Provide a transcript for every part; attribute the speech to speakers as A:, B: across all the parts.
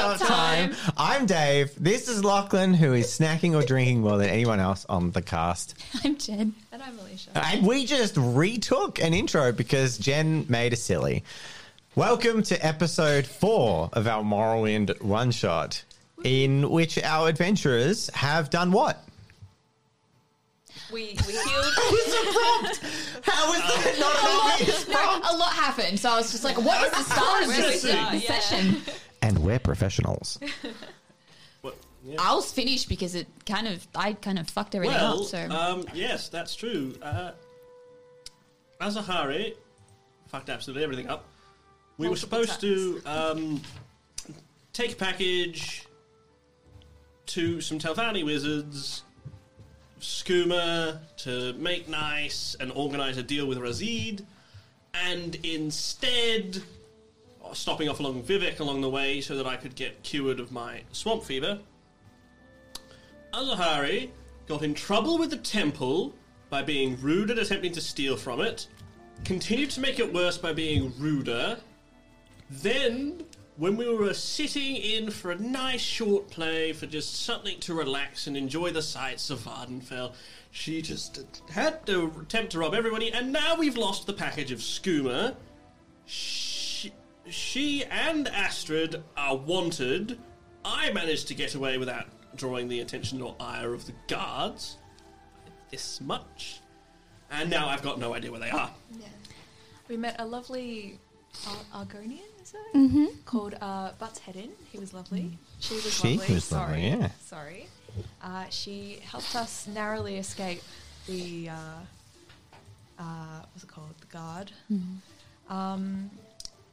A: I'm, I'm Dave. This is Lachlan, who is snacking or drinking more than anyone else on the cast.
B: I'm Jen. And I'm Alicia.
A: And we just retook an intro because Jen made a silly. Welcome to episode four of our Morrowind one shot, in which our adventurers have done what?
C: We, we healed.
A: How is that not an obvious prompt?
B: A lot happened, so I was just like, what is the start of
C: Where's
B: this uh,
C: the start? Yeah.
B: session?
A: And we're professionals.
D: What- yeah.
B: I was finished because it kind of, I kind of fucked everything
D: Well,
B: up, so.
D: um, yes, that's true. Uh, Azahari fucked absolutely everything up. We
B: Multiple
D: were supposed to um, take a package to some Telvanni wizards, Skooma, to make nice and organize a deal with Razid, and instead uh, stopping off along Vivek along the way so that I could get cured of my swamp fever. Azahari got in trouble with the temple by being rude and attempting to steal from it, continued to make it worse by being ruder. Then, when we were sitting in for a nice short play for just something to relax and enjoy the sights of Vardenfell, she just had to attempt to rob everybody, and now we've lost the package of skooma. She, she and Astrid are wanted. I managed to get away without drawing the attention or ire of the guards. This much. And now I've got no idea where they are.
C: We met a lovely Ar- Argonian, is it? Mm-hmm. Mm. Called uh, Butts Hedden. He was lovely. She was
A: She
C: lovely.
A: was
C: Sorry.
A: lovely, yeah.
C: Sorry. Uh, she helped us narrowly escape the, uh, uh, what's it called? The guard. Um,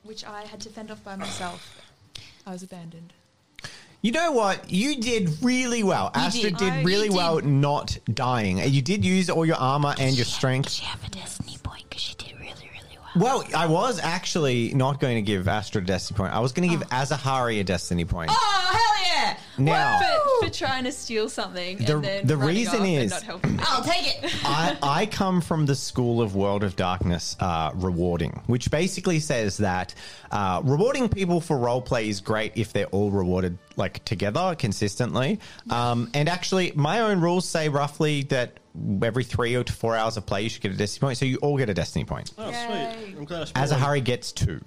C: which I had to fend off by myself. I was abandoned.
A: You know what? You did really well.
B: You
A: Astrid
B: did. Oh,
A: did,
C: I-
A: really
B: you did.
A: well not dying. You did use all your armor and your strength.
B: She have a destiny point because she did really, really well.
A: Well, I was actually not going to give Astrid a destiny point. I was going to give Azahari a destiny point.
B: Oh, hell yeah!
A: now,
C: For, for trying to steal something
A: The-
C: and then
A: the
C: running
A: reason
C: off and
A: is-
C: not helping.
B: I'll take it.
A: I, I come from the school of World of Darkness uh, rewarding, which basically says that uh, rewarding people for roleplay is great if they're all rewarded like together consistently. Um, and actually, my own rules say roughly that every three or to four hours of play, you should get a destiny point. So you all get a destiny point.
D: Oh,
C: Yay.
D: sweet. I'm glad I spoiled it.
A: Azahari gets two.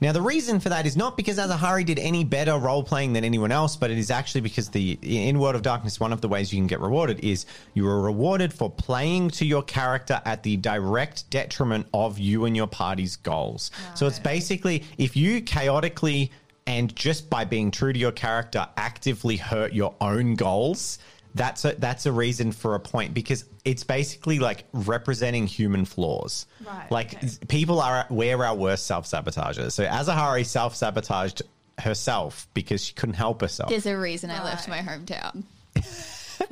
A: Now, the reason for that is not because Azahari did any better role playing than anyone else, but it is actually because the in World of Darkness, one of the ways you can get rewarded is you are rewarded for playing to your character at the direct detriment of you and your party's goals. So it's basically if you chaotically and just by being true to your character actively hurt your own goals, that's a that's a reason for a point because it's basically like representing human flaws.
C: Right,
A: Like
C: okay.
A: people are we're our worst self sabotagers. So Azahari self sabotaged herself because she couldn't help herself.
B: There's a reason I left my
C: Right.
B: hometown.
D: I think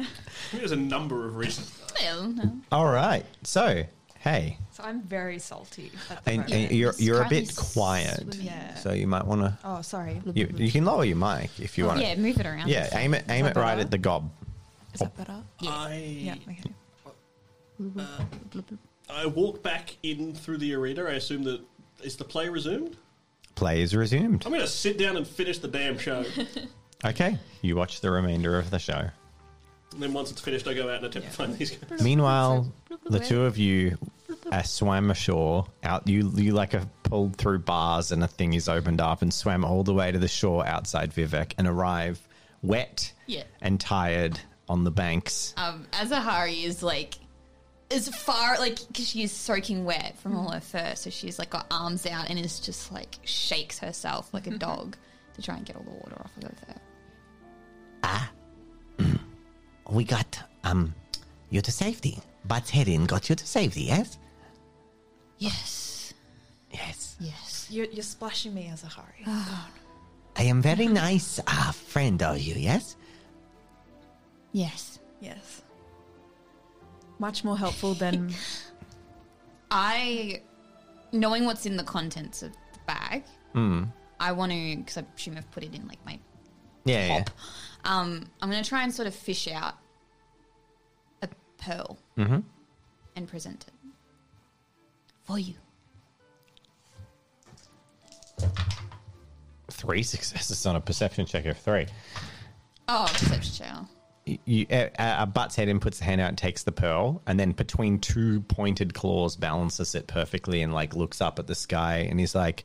D: There's a number of reasons.
B: Well, no.
A: All right. So hey,
C: So I'm very salty at the
A: and,
C: moment.
A: and you're
B: It's
A: you're a
B: currently
A: bit quiet,
B: swimming.
C: Yeah.
A: so you might want to.
C: oh, sorry.
A: You, you can lower your mic if you want.
B: Oh, Yeah, move it around.
A: Yeah. Aim it. Aim
C: that
A: it right
C: better?
A: at the gob.
C: Is that better?
D: I
C: Yeah. Okay.
D: I walked back in through the arena. I assume that is the play resumed.
A: Play is resumed.
D: I'm going to sit down and finish the damn show.
A: Okay. You watch the remainder of the show.
D: and then once it's finished, I go out and attempt to find these guys.
A: Meanwhile, the two of you uh, swam ashore. Out you you like have pulled through bars and a thing is opened up and swam all the way to the shore outside Vivek and arrive wet
B: Yeah.
A: and tired on the banks.
B: um, Azahari is like as far like because she is soaking wet from all her fur, so she's like got arms out and is just like shakes herself like a dog to try and get all the water off of her fur.
E: We got um you to safety. But Hedin got you to safety, yes?
B: Yes,
E: Yes.
B: yes.
C: You're, you're splashing me, Azahari.
E: I am very nice uh, friend of you, yes?
B: Yes.
C: yes. Much more helpful than.
B: I, knowing what's in the contents of the bag, I want to because I assume I've put it in like my
A: Yeah, yeah.
B: pop. Um, I'm going to try and sort of fish out a pearl and present it for you.
A: three successes on a perception check of three.
B: Oh, perception check.
A: You- You, uh, uh, butts head in, puts the hand out, and takes the pearl, and then between two pointed claws, balances it perfectly, and like looks up at the sky, and he's like,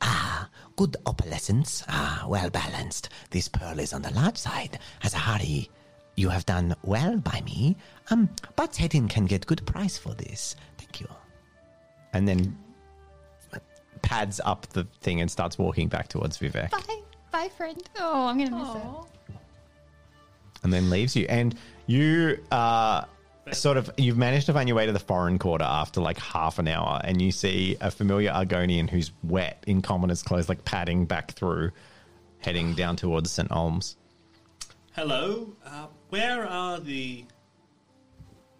A: "Ah,
E: Good opalescence. Ah, well balanced. This pearl is on the large side. As a Hari, you have done well by me. Um, but Hedin can get good price for this. Thank you.
A: and then uh, pads up the thing and starts walking back towards Vivek,
B: Bye. Bye, friend. Oh, I'm going to miss
C: Aw.
A: and then leaves you. And you uh, sort of you've managed to find your way to the foreign quarter after like half an hour, and you see a familiar Argonian who's wet in commoner's clothes, like padding back through, heading down towards St. Olms.
D: Hello. Uh, where are the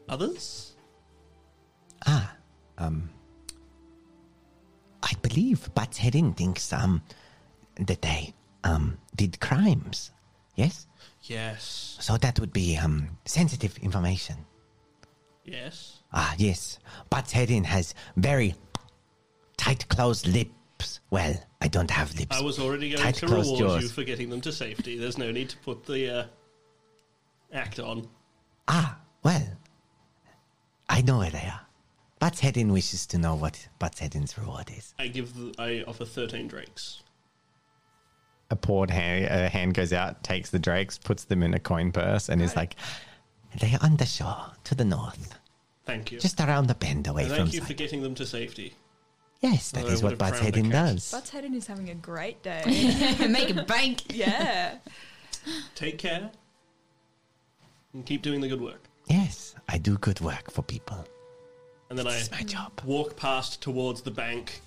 D: others?
E: I believe Bats Hedin thinks um that they um did crimes. Yes?
D: Yes.
E: So that would be um sensitive information.
D: Yes.
E: Ah, yes. Bats Hedin has very tight closed lips. Well, I don't have lips.
D: I was already going
E: Tight
D: to
E: closed
D: reward
E: jaws.
D: you for getting them to safety. There's no need to put the uh, act on.
E: Ah, well, I know where they are. Bats Hedin wishes to know what Bats Hedin's reward is.
D: I give. The, I offer thirteen drakes.
A: A poured hand, a hand goes out, takes the drakes, puts them in a coin purse, and is like,
E: They are on the shore to the north,
D: Thank you.
E: just around the bend away
D: And
E: from
D: thank you for
E: sight.
D: getting them to safety.
E: Yes, that
D: I
E: is
D: would
E: what
D: have
E: Bats
D: frowned
E: Hedin
D: at
E: does.
C: Butts Hedden is having a great day.
B: it. Make a bank.
C: yeah.
D: Take care. And keep doing the good work.
E: Yes, I do good work for people.
D: And then I
E: It's my job.
D: walk past towards the bank,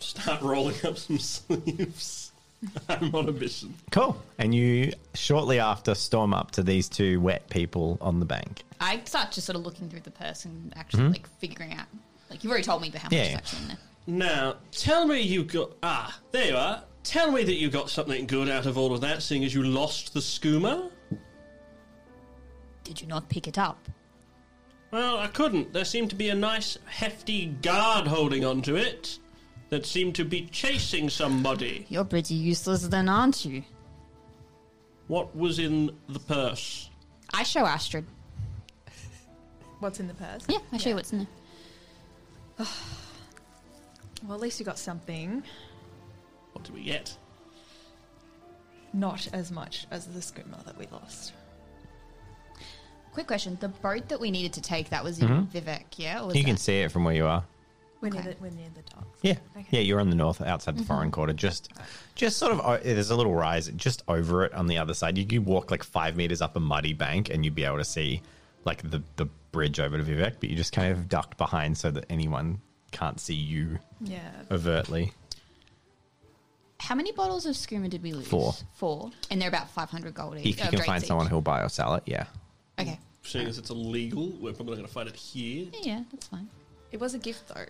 D: start rolling up some sleeves. I'm on a mission.
A: "Cool." And you shortly after storm up to these two wet people on the bank.
B: I start just sort of looking through the person, actually like figuring out. Like you've already told me about how much
A: Mm-hmm. Yeah,
B: is
A: yeah.
B: actually in there.
D: Now, tell me you got. Ah, there you are. Tell me that you got something good out of all of that, seeing as you lost the skooma.
B: Did you not pick it up?
D: Well, I couldn't. There seemed to be a nice, hefty guard holding onto it that seemed to be chasing somebody.
B: You're pretty useless then, aren't you?
D: What was in the purse?
B: I show Astrid.
C: What's in the purse?
B: Yeah, I show you what's in there.
C: Well, at least you got something.
D: What did we get?
C: Not as much as the skooma that we lost.
B: Quick question: the boat that we needed to take that was in Vivek, yeah? Or was
A: You Mm-hmm. can
B: that-
A: see it from where you are.
C: We're,
B: Okay.
C: near, the, we're near the docks.
A: Yeah,
C: Okay.
A: yeah, you're on the north, outside the foreign quarter. Just, just sort of. o- There's a little rise just over it on the other side. You could walk like five meters up a muddy bank, and you'd be able to see like the the bridge over to Vivek. But you just kind of ducked behind so that anyone can't see you
C: Yeah.
A: overtly.
B: How many bottles of skooma did we lose?
A: Four.
B: Four, and they're about five hundred gold each.
A: If you
B: uh,
A: can
B: drakes
A: find
B: each.
A: someone who'll buy or sell it, yeah.
B: Okay.
D: Seeing as it's illegal, we're probably not going to find it here.
B: Yeah, yeah, that's fine.
C: It was a gift, though.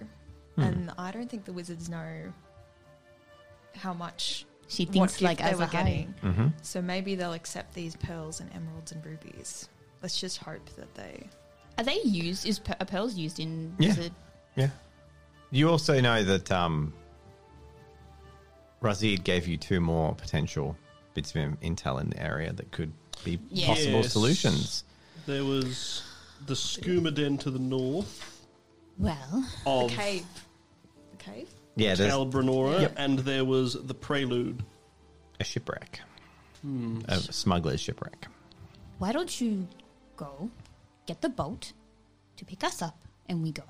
B: Hmm.
C: And I don't think the wizards know how much
B: She
C: what
B: thinks
C: gift
B: like
C: they
B: as
C: were
B: a high.
C: getting. So maybe they'll accept these pearls and emeralds and rubies. Let's just hope that they.
B: Are they used? Is pe- are pearls used in?
A: Yeah.
B: wizard-
A: Yeah. You also know that um, Razid gave you two more potential bits of in- intel in the area that could be
B: Yeah.
A: possible
D: Yes.
A: solutions.
D: There was the skooma den to the north
B: Well,
D: of
C: The cave. The cave?
A: Yeah, there's
D: Talbranora, and there was the prelude.
A: a shipwreck, a smuggler's shipwreck.
B: why don't you go get the boat to pick us up and we go?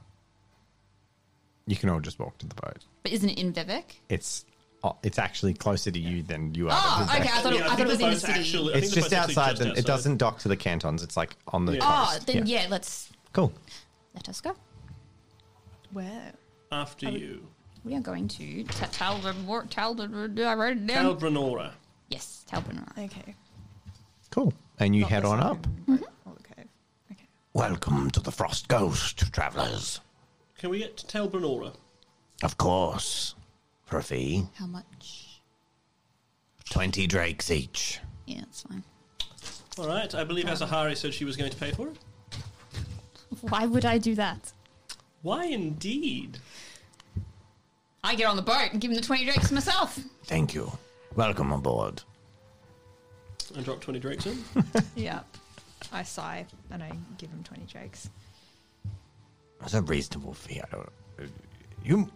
A: You can all just walk to the boat.
B: But isn't it in Vivek?
A: It's oh, it's actually closer to you than you are.
B: Oh,
A: to Vivek.
B: okay. I thought, it,
D: Yeah,
B: I thought
D: think
B: it was
D: the
B: in the
D: boat's
B: city.
D: actually- Ah, I think
A: It's
D: the
A: just
D: boat's actually
A: outside.
D: just
A: the, it
D: outside.
A: doesn't dock to the cantons. It's like on the
D: Yeah.
B: oh,
A: coast.
B: then yeah. let's
A: Cool.
B: let us go.
C: Where?
D: After
B: Um,
D: you.
B: We are going to Ta- Talbot. War- Talbot. I wrote it down.
D: Talbranora.
B: yes, Talbot.
C: Okay.
A: Cool. And you
C: Not
A: head
C: the
A: on
C: same,
A: up.
C: right? Oh, the cave. Okay.
E: Welcome to the Frost Ghost, travelers.
D: Can we get to Talbranora?
E: Of course, for a fee,
B: How much?
E: twenty drakes each.
B: Yeah, that's fine.
D: All right. I believe Azahari said she was going to pay for it.
B: Why would I do that?
D: Why indeed?
B: I get on the boat and give him the 20 drakes myself.
E: Thank you. Welcome aboard.
D: and drop 20 drakes in.
C: yeah. I sigh and I give him 20 drakes.
E: It's a reasonable fee. I don't. You,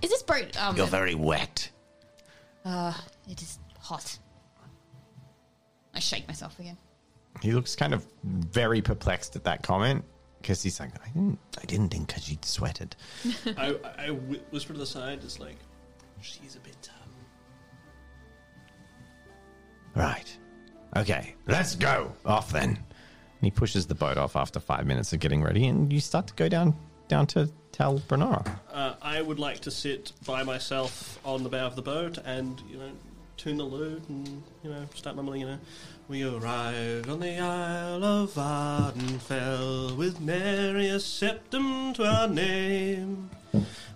B: Is this boat? Um,
E: you're very wet.
B: uh, it is hot. I shake myself again.
A: He looks kind of very perplexed at that comment because he's like, I didn't.
E: I didn't think because you'd sweated.
D: I, I- I whi- whisper to the side, it's like, she's a bit. Um,
E: Right. Okay. Let's go. Off then.
A: And he pushes the boat off after five minutes of getting ready, and you start to go down down to Tal Brenora.
D: uh, I would like to sit by myself on the bow of the boat and, you know, tune the lute and, you know, start mumbling, you know. We arrived on the Isle of Vardenfell with many a septum to our name.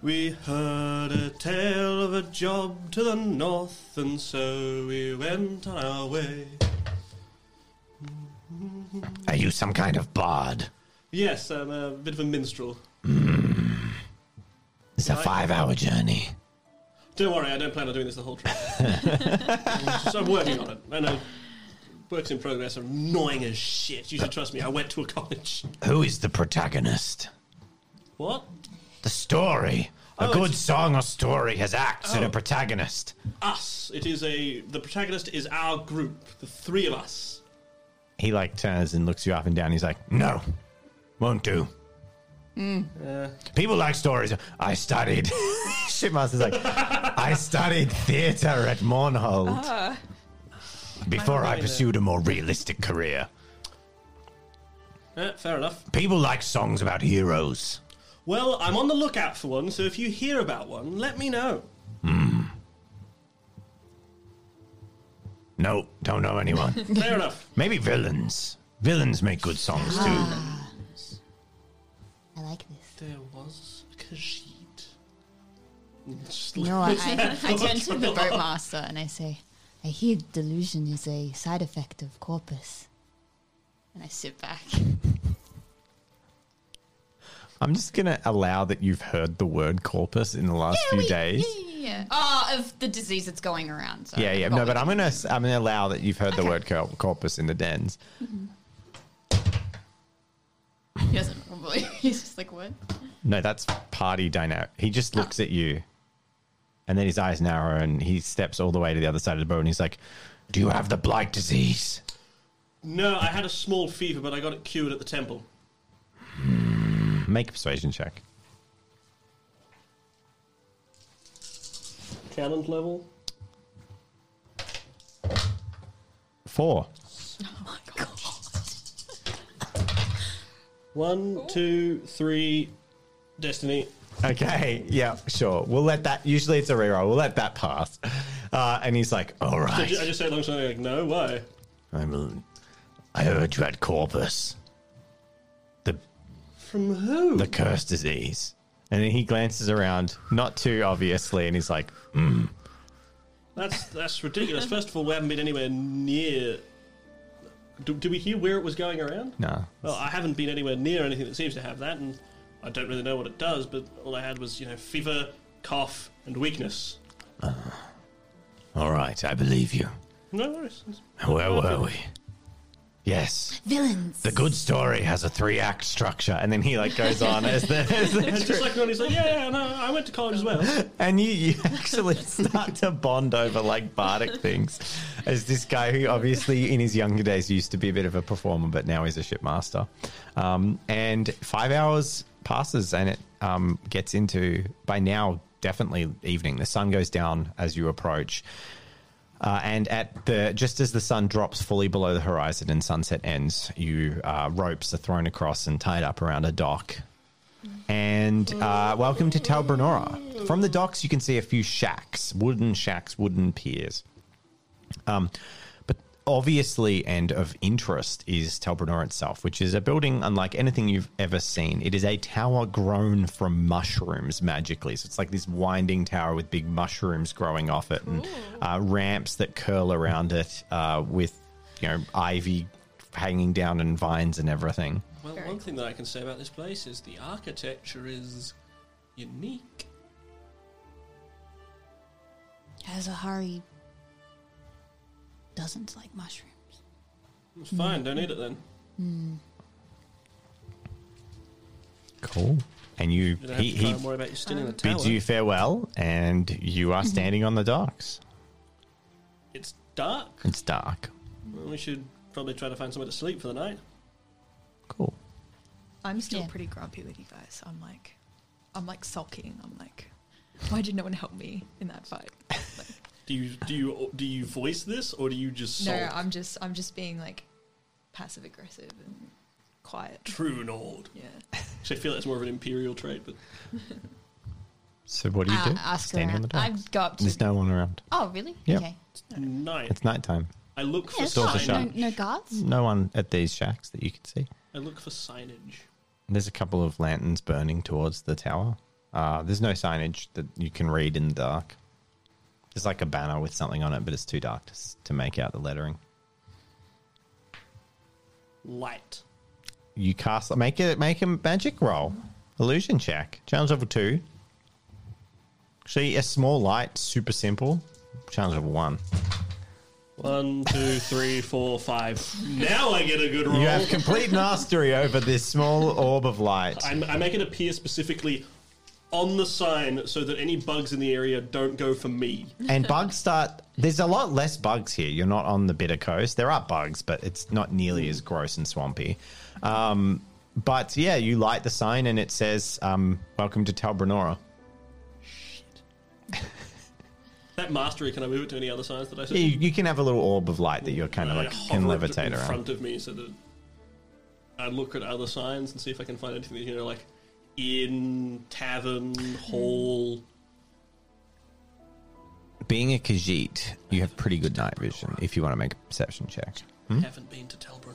D: We heard a tale of a job to the north, and so we went on our way.
E: Are you some kind of bard?
D: Yes, I'm a bit of a minstrel.
E: It's a
D: Right.
E: five-hour journey.
D: Don't worry, I don't plan on doing this the whole trip. so I'm working on it. I know works in progress are annoying as shit. You should trust me. I went to a college.
E: Who is the protagonist?
D: What?
E: The story. A
D: Oh,
E: good
D: it's-
E: song or story has acts and a
D: Oh.
E: protagonist.
D: Us. It is a. The protagonist is our group. The three of us.
A: He like turns and looks you up and down. He's like,
E: No, won't do. People like stories. I studied.
A: Shipmaster's like,
E: I studied theatre at Moornhold before I
D: Might be
E: pursued a more realistic career.
D: Eh, fair enough.
E: People like songs about heroes.
D: Well, I'm on the lookout for one. So if you hear about one, let me know.
E: No, don't know anyone.
D: Fair enough.
E: Maybe villains. Villains make good songs too.
B: I like this.
D: There was a Khajiit. Just
B: No, I,
D: like-
B: I, I turn to the boatmaster and I say, I hear delusion is a side effect of corpus. And I sit back.
A: I'm just gonna allow that you've heard the word corpus in the last few days.
B: Yeah. Oh, of the disease that's going around. So
A: Yeah, yeah. No, but I'm gonna I'm gonna allow that you've heard the word cor- corpus in the dens.
B: He doesn't probably. He's just like, what?
A: No, that's party dynamic. He just looks at you, and then his eyes narrow, and he steps all the way to the other side of the boat, and he's like,
E: Do you have the blight disease?
D: no, I had a small fever, but I got it cured at the temple.
A: "Make a persuasion check."
D: Challenge level.
A: Four.
D: One, two, three. Destiny.
A: Okay, yeah, sure. We'll let that. Usually it's a reroll. We'll let that pass. Uh, and he's like,
E: All
D: I
E: right.
D: ju- I just say along something like, no, why?
E: I will. I heard you had corpus. The
D: From who?
E: the curse disease.
A: and then he glances around, not too obviously, and he's like,
D: That's that's ridiculous. First of all, we haven't been anywhere near. Do, do we hear where it was going around?
A: "Nah."
D: Well, I haven't been anywhere near anything that seems to have that, and I don't really know what it does. But all I had was you know fever, cough, and weakness.
E: All right, I believe you.
D: No worries. It's-
E: Where were we? Yes,
B: Villains.
E: the good story has a three-act structure, and
A: And then he like goes on as the, as the
D: It's just like Ronnie's like, yeah, yeah, no, I went to college as well.
A: And you, you actually start to bond over like bardic things. As this guy who obviously in his younger days used to be a bit of a performer, but now he's a shipmaster. Um, and five hours passes and it um, gets into, by now, definitely evening. The sun goes down as you approach. Uh, and at the just as the sun drops fully below the horizon and sunset ends, you uh, ropes are thrown across and tied up around a dock and uh, welcome to Talbranora. From the docks, you can see a few shacks, wooden shacks, wooden piers. Um, but obviously, and of interest, is Talbranora itself, which is a building unlike anything you've ever seen. It is a tower grown from mushrooms magically. So it's like this winding tower with big mushrooms growing off it and uh, ramps that curl around it uh, with, you know, ivy hanging down and vines and everything.
D: Well, one thing that I can say about this place is the architecture is unique.
B: Has Ahari doesn't like mushrooms.
D: It's fine, don't eat it then.
A: Cool. And you,
D: You don't have
A: he,
D: to try
A: he
D: and worry about you stealing the tower.
A: bids you farewell, and you
B: Mm-hmm.
A: are standing on the docks.
D: It's dark.
A: It's dark.
D: Well, we should probably try to find somewhere to sleep for the night.
A: Cool.
C: I'm still
B: Yeah.
C: pretty grumpy with you guys. I'm like, I'm like sulking. I'm like, why did no one help me in that fight?
D: Do you do you do you voice this or do you just
C: No,
D: sulk?
C: I'm just, I'm just being like passive aggressive and quiet.
D: True Nord.
C: Yeah.
D: Actually, I feel that's more of an imperial trait, but
A: So what do you
B: Uh,
A: do?
B: ask
A: standing on the
B: around.
A: docks.
B: I've got up to.
A: There's no one around.
B: Oh, really?
A: Yeah.
B: Okay.
D: night.
A: It's nighttime.
D: I look
B: Yeah,
D: for
B: it's
A: Doors are
B: not, no,
A: shut.
B: no guards.
A: No one at these shacks that you can see.
D: I look for signage.
A: There's a couple of lanterns burning towards the tower. Uh, there's no signage that you can read in the dark. There's like a banner with something on it, but it's too dark to, s- to make out the lettering.
D: Light.
A: You cast make it make a magic roll, illusion check, challenge level two. Actually, a small light, super simple. Challenge level one.
D: One, two, three, four, five. Now I get a good roll.
A: You have complete mastery over this small orb of light.
D: I'm, I make it appear specifically on the sign so that any bugs in the area don't go for me.
A: and bugs start. There's a lot less bugs here. You're not on the bitter coast. There are bugs, but it's not nearly as gross and swampy. Um, but yeah, you light the sign and it says, um, "Welcome to Talbranora."
D: That mastery, can I move it to any other signs that I
A: You,
D: see?
A: you can have a little orb of light that you're kind of
D: I
A: like
D: hover
A: can
D: it
A: levitate
D: in
A: around.
D: front of me so that I look at other signs and see if I can find anything that, you know, like inn, tavern, hall.
A: Being a Khajiit, you have pretty good night vision if you want to make a perception check.
D: Haven't been to Telbrun.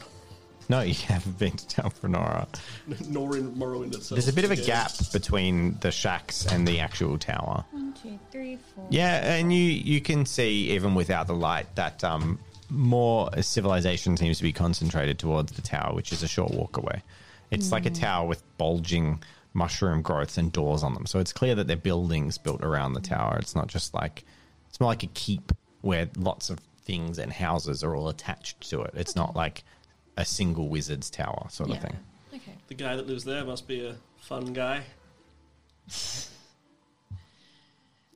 A: No, you haven't been to Talbranora.
D: Nor in Morrowind itself.
A: There's a bit of a
D: Yeah.
A: gap between the shacks and the actual tower.
B: One, two, three, four.
A: Yeah, and you you can see even without the light that um, more civilization seems to be concentrated towards the tower, which is a short walk away. It's like a
B: Hmm.
A: tower with bulging mushroom growths and doors on them, so it's clear that they're buildings built around the tower. It's not just like it's more like a keep where lots of things and houses are all attached to it. It's not like a single wizard's tower sort of
B: Yeah.
A: thing.
C: Okay.
D: The guy that lives there must be a fun guy.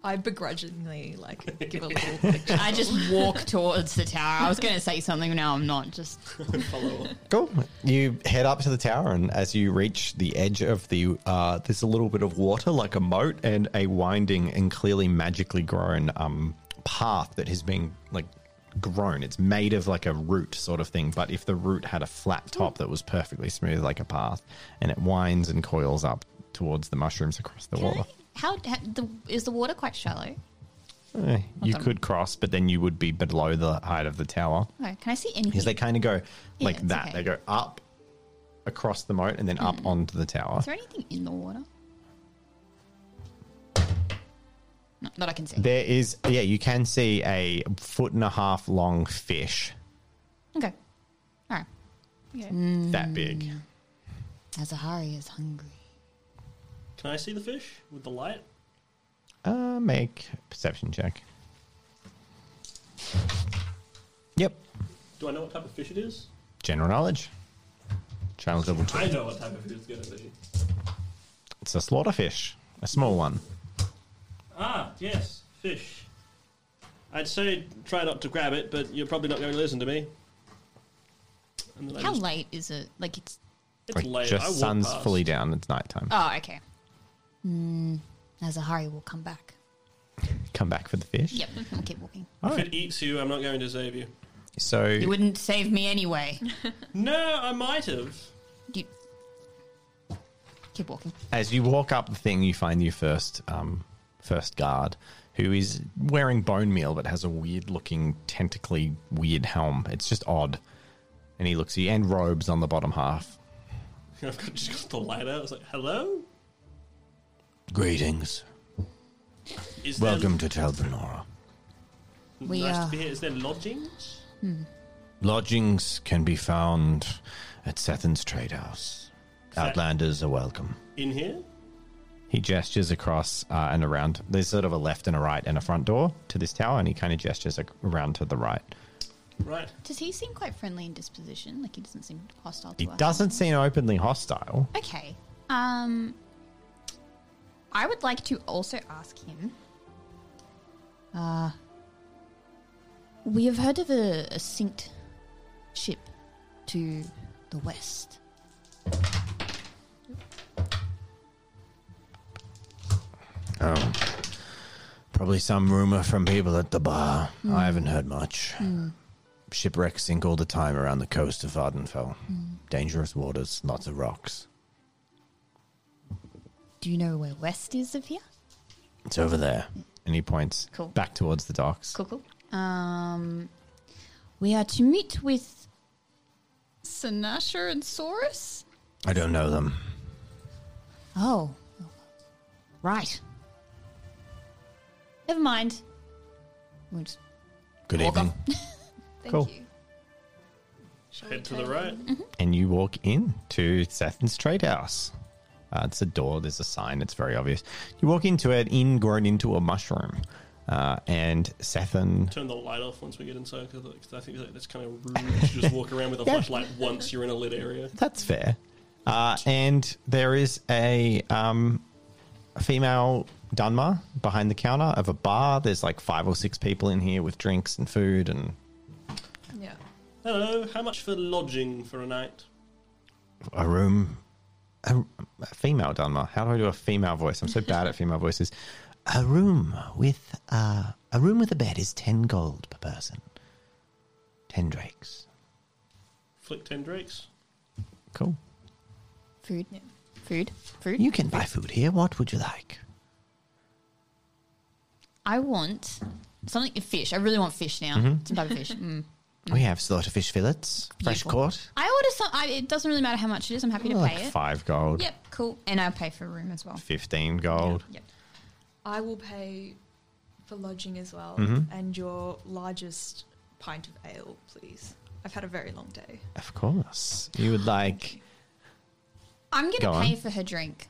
C: I begrudgingly like give a little picture.
B: I just walk towards the tower. I was going to say something, now I'm not. Just
D: Follow up.
A: Cool. You head up to the tower, and as you reach the edge of the, uh, there's a little bit of water, like a moat, and a winding and clearly magically grown um, path that has been like grown. It's made of like a root sort of thing, but if the root had a flat
B: Hmm.
A: top that was perfectly smooth, like a path, and it winds and coils up towards the mushrooms across the
B: Can
A: water.
B: I, how, how the, is the water quite shallow?
A: Eh, you
B: Okay.
A: could cross, but then you would be below the height of the tower.
B: Okay, Oh, can I see anything?
A: Because they kind of go
B: Yeah,
A: like
B: it's
A: that.
B: okay. Hmm.
A: They go up across the moat and then up onto the tower.
B: Is there anything in the water? No, that I can see.
A: There is, yeah, you can see a foot and a half long fish
B: Okay. All right.
A: that big.
B: Azahari is hungry.
D: Can I see the fish with the light?
A: Uh, make perception check. Yep.
D: Do I know what type of fish it is?
A: General knowledge. Challenge level two.
D: I know what type of fish it's going to be.
A: It's a slaughter fish, a small one.
D: Ah, yes, fish. I'd say try not to grab it, but you're probably not going to listen to me. And then I
B: How
D: just-
B: late is it? Like it's.
D: It's
A: Like,
D: late. I walk
A: just sun's
D: past.
A: fully down. It's nighttime.
B: Oh, okay. Mm, Azahari will come back.
A: Come back for the fish.
B: Yep. I'll keep walking.
A: All
D: If
A: right.
D: it eats you, I'm not going to save you.
A: So
B: You wouldn't save me anyway.
D: No, I might have.
B: You. Keep walking.
A: as you walk up the thing, you find your first um, first guard, who is wearing bone meal but has a weird looking tentacly weird helm. It's just odd, and he looks at you and robes on the bottom half.
D: I've got, just got the light out. I was like, hello?
E: Greetings.
D: Is
E: Welcome to Talbranora.
D: There,
B: We
D: nice
B: are-
D: to be here. Is there lodgings?
E: Lodgings can be found at Sethan's Trade House. Outlanders are welcome.
D: In here?
A: He gestures across uh, and around. There's sort of a left and a right and a front door to this tower, and he kind of gestures ac- around to the right.
D: Right.
B: Does he seem quite friendly in disposition? Like he doesn't seem hostile to
A: He
B: us.
A: doesn't seem openly hostile.
B: Okay. Um, I would like to also ask him. Uh, we have heard of a, a synced ship to the west.
A: Oh. Probably some rumor from people at the bar.
B: Hmm.
A: I haven't heard much. Shipwrecks sink all the time around the coast of Vardenfell.
B: Hmm.
A: Dangerous waters, lots of rocks.
B: Do you know where west is of here?
A: It's over there. And he points
B: Cool.
A: back towards the docks.
B: Cool, cool. Um, we are to meet with Sinasha and Saurus.
A: I don't know them.
B: Oh, right. Never mind. We'll just
A: Good
B: Walk
A: evening.
B: Thank
A: Cool.
B: you.
D: Head to the right.
A: And you walk in to Sathan's Trade House. Uh, it's a door. There's a sign. It's very obvious. You walk into it, ingrown into a mushroom. Uh, and Sathan
D: Turn the light off once we get inside because I think that- that's kind of rude to just walk around with a flashlight once you're in a lit area.
A: That's fair. Uh, and there is a, um, a female Dunmar behind the counter of a bar. There's like five or six people in here with drinks and food, and
C: Yeah.
D: Hello. How much for lodging for a night?
A: a room. A, a female Dunmar. How do I do a female voice? I'm so bad at female voices.
E: A room with uh, a room with a bed is ten gold per person. Ten drakes.
D: Flick ten drakes.
A: Cool.
B: Food. Food. Food.
E: You can buy food here. What would you like?
B: I want something fish. I really want fish now. Some type of fish. Mm.
E: We have slaughterfish fillets, fresh
B: Beautiful.
E: caught.
B: I order some. I, it doesn't really matter how much it is. I'm happy to
A: Oh, Like
B: pay it.
A: five gold,
B: Yep. Cool. And I pay for room as well.
A: 15 gold.
B: Yep.
C: I will pay for lodging as well,
A: Mm-hmm.
C: and your largest pint of ale, please. I've had a very long day.
A: Of course. You would like.
B: I'm gonna
A: Go
B: pay
A: on.
B: for her drink.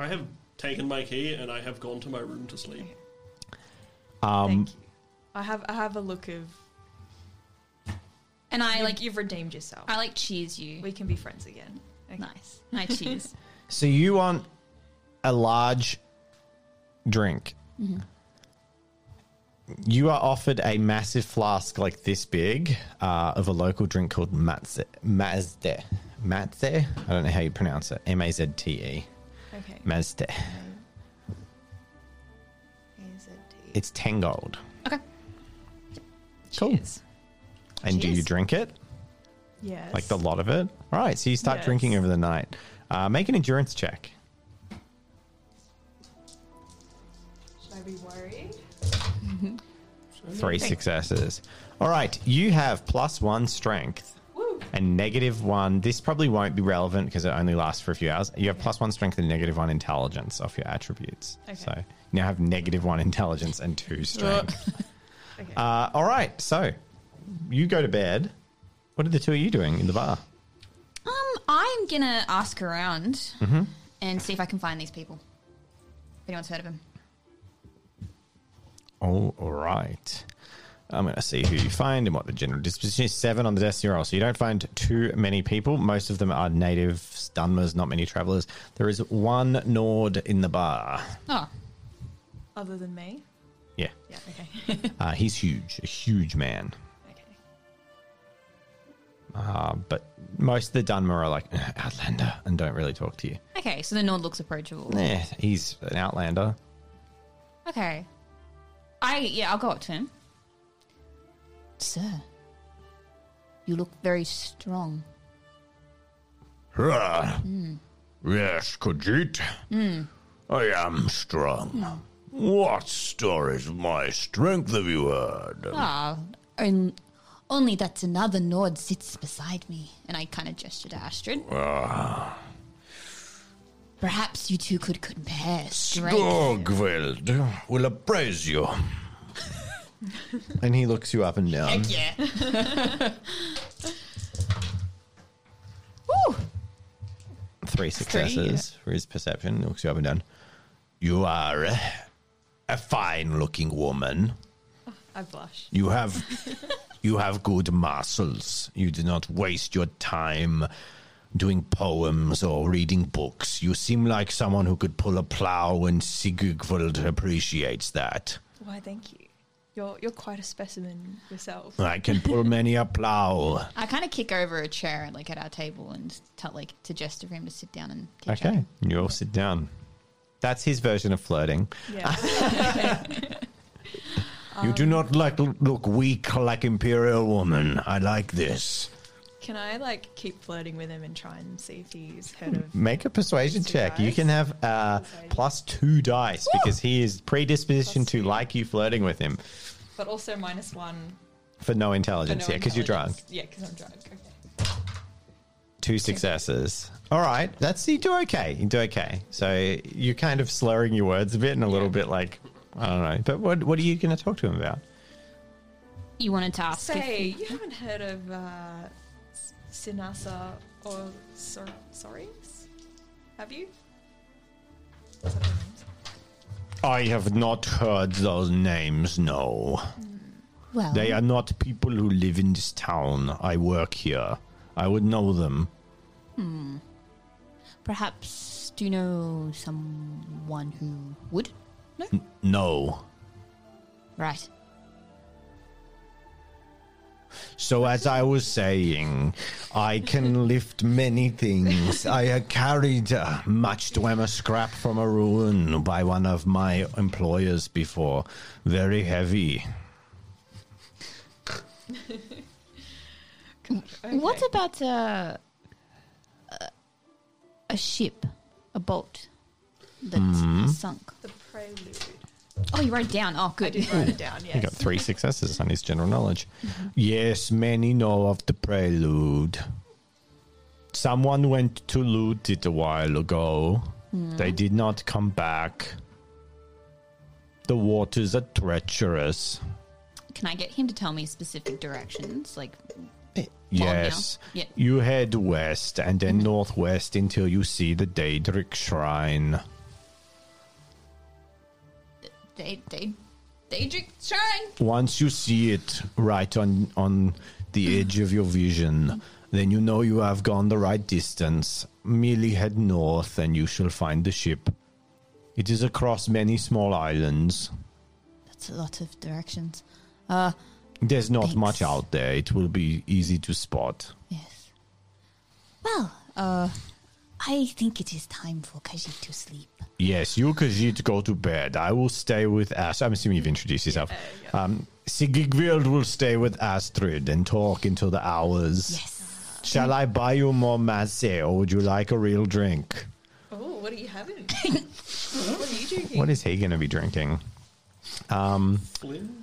D: I have taken my key and I have gone to my room to sleep.
A: Um,
C: Thank you. I have I have a look of
B: And I like.
C: you've redeemed yourself.
B: I like cheers you.
C: we can be friends again. Okay.
B: Nice. I cheers.
A: So you want a large drink. You are offered a massive flask like this big uh, of a local drink called matze. Mazde. Matze? I don't know how you pronounce it. M A Z T E.
C: Okay.
A: Mazde.
C: AZT.
A: It's 10 gold.
B: okay.
C: Cheers.
A: And do you
B: Cheers.
A: drink it?
C: Yes.
A: Like the lot of it? All right. So you start
C: Yes.
A: drinking over the night. Uh, make an endurance check.
C: Should I be worried?
A: Three successes. All right. You have plus one strength.
C: Woo.
A: and negative one. This probably won't be relevant because it only lasts for a few hours. You have plus one strength and negative one intelligence off your attributes.
C: Okay.
A: So you now have negative one intelligence and two strength.
C: Okay.
A: uh, all right. So you go to bed. What are the two of you doing in the bar?
B: Um, I'm gonna ask around and see if I can find these people. If anyone's heard of them.
A: All right. I'm going to see who you find and what the general disposition is. Seven on the Destiny roll. So you don't find too many people. Most of them are native Dunmers, not many travelers. There is one Nord in the bar.
B: Oh,
C: Other than me?
A: Yeah.
C: Yeah. Okay.
A: Uh, he's huge, a huge man.
C: okay.
A: Uh, but most of the Dunmer are like "Eh, Outlander and don't really talk to you.
B: okay. So the Nord looks approachable.
A: Yeah, he's an Outlander.
B: Okay. I yeah, I'll go up to him. Sir, you look very strong.
F: Yes, Khajiit. I am strong. What stories of my strength have you heard?
B: Ah, on- only that another Nord sits beside me. And I kind of gestured to Astrid.
F: Ah,
B: Perhaps you two could compare strength.
F: Storgveld will appraise you.
A: And he looks you up and down.
B: Heck yeah. Woo!
A: Three successes for his perception. Looks you up and down.
F: You are a, a fine looking woman.
C: I blush.
F: You have you have good muscles. You do not waste your time doing poems or reading books. You seem like someone who could pull a plow and Sigurd appreciates that.
C: Why, thank you. You're, you're quite a specimen yourself.
F: I can pull many a plow.
B: I kind of kick over a chair, like at our table, and tell, like to gesture for him to sit down and keep
A: Okay, you all sit down. That's his version of flirting.
C: Yeah.
F: you
C: Um.
F: do not like look weak like imperial woman. I like this.
C: Can I like keep flirting with him and try and see if he's heard of?
A: Make a persuasion
C: Two
A: check. You
C: dice.
A: can have uh, plus two dice because he is predisposition
C: Plus
A: to like you flirting with him
C: But also minus one.
A: for no
C: for
A: intelligence.
C: no
A: yeah, because you're drunk.
C: intelligence. Yeah, because I'm drunk. Okay.
A: Two successes. All right, that's you do okay. You do okay. So you're kind of slurring your words a bit and a little bit like I don't know. But what what are you going to talk to him about?
B: You wanted to ask. if-
C: Say you haven't heard of uh, S- Sinasa or Sor- Soris? Have you? Is that their names?
F: I have not heard those names, no.
B: well,
F: They are not people who live in this town. I work here. I would know them.
B: perhaps do you know someone who would?
F: No.
B: Right.
F: So, as I was saying, I can lift many things. I have carried uh, much Dwemer scrap from a ruin by one of my employers before. Very heavy.
B: What about uh, a a ship, a boat that's sunk?
C: The Prelude.
B: Oh, you wrote it down. Oh, good.
C: Write it down.
A: He
C: Yes.
A: got three successes on his general knowledge.
F: Yes, many know of the prelude. Someone went to loot it a while ago. They did not come back. The waters are treacherous.
B: Can I get him to tell me specific directions? Like, Well, now.
F: Yes.
B: Yeah.
F: You head west and then northwest until you see the Daedric Shrine.
B: they, they, Daedric Shrine.
F: Once you see it right on on the edge of your vision, then you know you have gone the right distance. Merely head north and you shall find the ship. It is across many small islands.
B: That's a lot of directions.
F: There's not much
B: Thanks.
F: out there. It will be easy to spot.
B: Yes. Well, uh, I think it is time for Kajit to sleep.
F: Yes, you Khajiit go to bed. I will stay with Astrid. I'm assuming you've introduced yourself. Um, Sigigvild will stay with Astrid and talk until the hours.
B: Yes.
F: Shall I buy you more masse or would you like a real drink?
C: Oh, what are you having? what are you drinking?
A: What is he going to be drinking?
D: Flynn?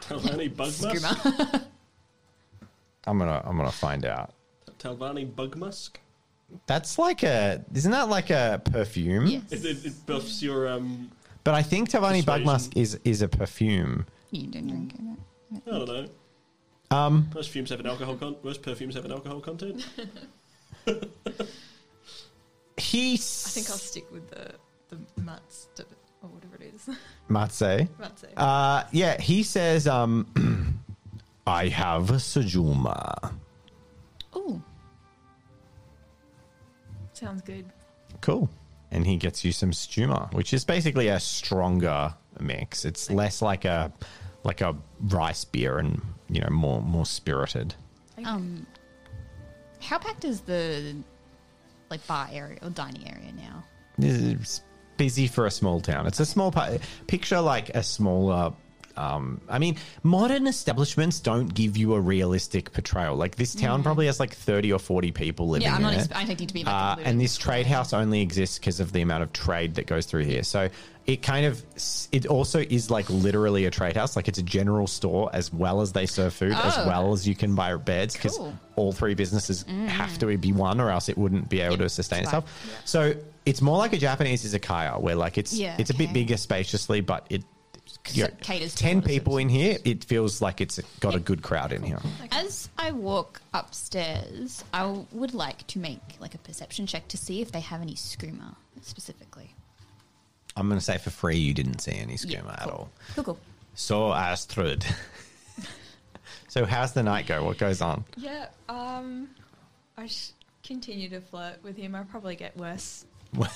D: Talvani Bugmusk?
B: Skooma.
A: I'm gonna I'm gonna find out.
D: Talvani Bugmusk?
A: That's like a isn't that like a perfume?
B: yes.
D: It, it, it buffs your um.
A: But I think Tavani
D: Persuasion.
A: Bugmusk is is a perfume.
B: You don't drink it.
D: I don't know. Um, most fumes have an alcohol con- most perfumes have an alcohol content.
A: He
C: I think I'll stick with the the mats to, or whatever it is.
A: might say.
C: Matzo.
A: Uh, yeah, he says um
F: I have a Sajuma.
B: Oh,
C: Sounds good.
A: Cool. And he gets you some stuma, which is basically a stronger mix. It's less like a like a rice beer and you know more more spirited.
B: um, how packed is the like bar area or dining area now?
A: It's busy for a small town. It's a small pa- picture like a smaller um, I mean, modern establishments don't give you a realistic portrayal. Like this
C: Mm.
A: town probably has like thirty or forty people living.
B: Yeah, I'm
A: in
B: not
A: it.
B: expe- I'm expecting to be like
A: Uh, and this trade house only exists because of the amount of trade that goes through here. So it kind of, it also is like literally a trade house. Like it's a general store as well as they serve food, as
B: Oh.
A: well as you can buy beds because
B: Cool. Mm.
A: all three businesses have to be one or else it wouldn't be able to sustain
B: that's right.
A: itself. So it's more like a Japanese izakaya where like it's,
B: Yeah,
A: it's a bit
B: okay.
A: bigger spaciously, but it, you know,
B: caters to
A: 10
B: all the
A: people in here, it feels like it's got a good crowd in here.
B: As I walk upstairs, I w- would like to make like a perception check to see if they have any skooma specifically.
A: I'm going to say for free, you didn't see any schema at
B: cool.
A: all.
B: Cool, cool.
A: So Astrid. so how's the night go? What goes on?
C: Yeah, um, I sh- continue to flirt with him. I probably get worse.
A: yeah.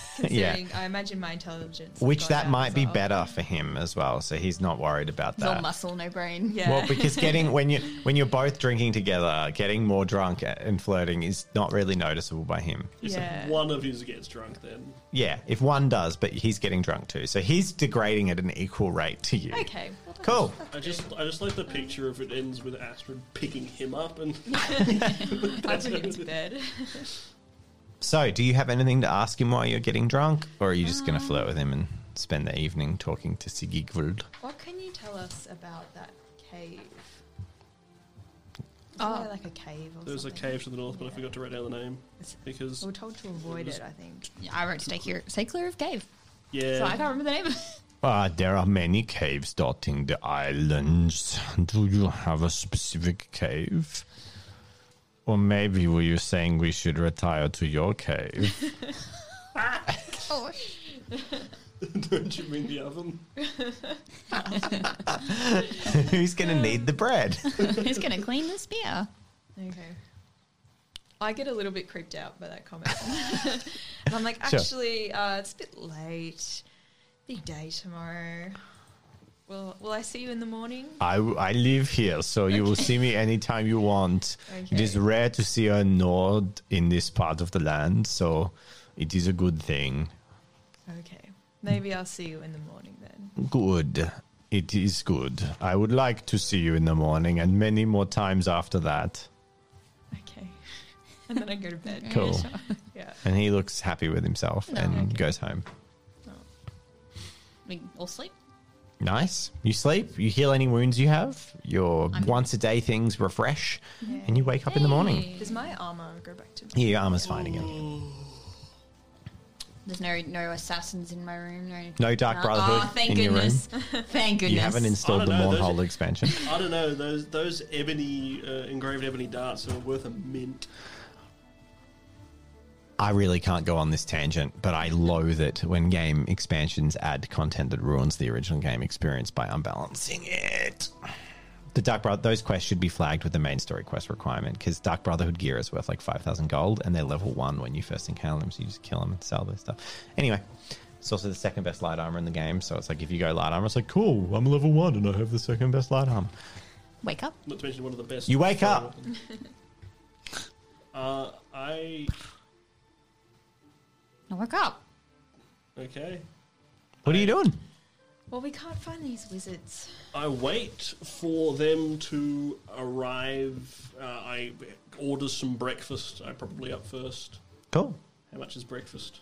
C: Considering I imagine my intelligence. has
A: Which
C: gone
A: that
C: down
A: might
C: as
A: be
C: well.
A: better for him as well, so he's not worried about
B: It's all
A: that.
B: muscle, no brain.
C: Yeah.
A: Well, because getting when you when you're both drinking together, getting more drunk and flirting is not really noticeable by him.
D: It's
C: Yeah.
D: if one of you gets drunk then.
A: Yeah, if one does, but he's getting drunk too, so he's degrading at an equal rate to you.
C: Okay. well, that's-
A: Cool.
D: I just I just like the picture of it ends with Astrid picking him up and
C: I put him to bed.
A: So, do you have anything to ask him while you're getting drunk, or are you just
C: Um,
A: going to flirt with him and spend the evening talking to Sigigvuld?
C: What can you tell us about that cave? Oh, there like a cave or
D: there's a
C: something?
D: cave to the north, but I forgot to write down the name because
C: We're told to avoid it, I think.
B: Yeah, I wrote stay here, stay clear of cave.
D: yeah,
B: So I can't remember the name.
F: Ah, there are many caves dotting the islands. Do you have a specific cave? Or maybe were you saying we should retire to your cave?
B: Oh,
D: don't you mean the oven?
A: Who's going to need the bread?
B: Who's gonna clean this beer?
C: Okay. I get a little bit creeped out by that comment. and I'm like,
A: Sure.
C: actually, uh, it's a bit late. Big day tomorrow. Will, will I see you in the morning?
F: I, I live here, so you will see me anytime you want. It is
C: Okay.
F: rare to see a Nord in this part of the land, so it is a good thing.
C: Okay. Maybe I'll see you in the morning then.
F: Good. It is good. I would like to see you in the morning and many more times after that.
C: Okay. And then I go to bed.
F: Cool.
C: Yeah.
A: And he looks happy with himself and goes home.
B: We all sleep.
A: Nice. You sleep, you heal any wounds you have, your once a day things refresh, and you wake up in the morning.
C: Does my armor go back to me?
A: Yeah, your armor's fine again.
B: There's no no assassins in my room. No,
A: No Dark Brotherhood
B: Oh, thank
A: in your room.
B: goodness. thank goodness.
A: You haven't installed
D: I
A: the
D: don't know, those-
A: Mornhold expansion.
D: I don't know those those ebony uh, engraved ebony darts are worth a mint.
A: I really can't go on this tangent, but I loathe it when game expansions add content that ruins the original game experience by unbalancing it. The Dark Brother, those quests should be flagged with the main story quest requirement because Dark Brotherhood gear is worth like 5,000 gold and they're level one when you first encounter them, so you just kill them and sell their stuff. Anyway, it's also the second best light armor in the game, so it's like if you go light armor, it's like, cool, I'm level one and I have the second best light armor.
B: Wake up.
D: Not to mention one of the best.
A: You wake
D: throwing
A: up.
D: weapons. uh, I
B: No, wake up.
D: okay.
A: What are you doing?
C: Well, we can't find these wizards.
D: I wait for them to arrive. Uh, I order some breakfast. I'm probably up first.
A: Cool.
D: How much is breakfast?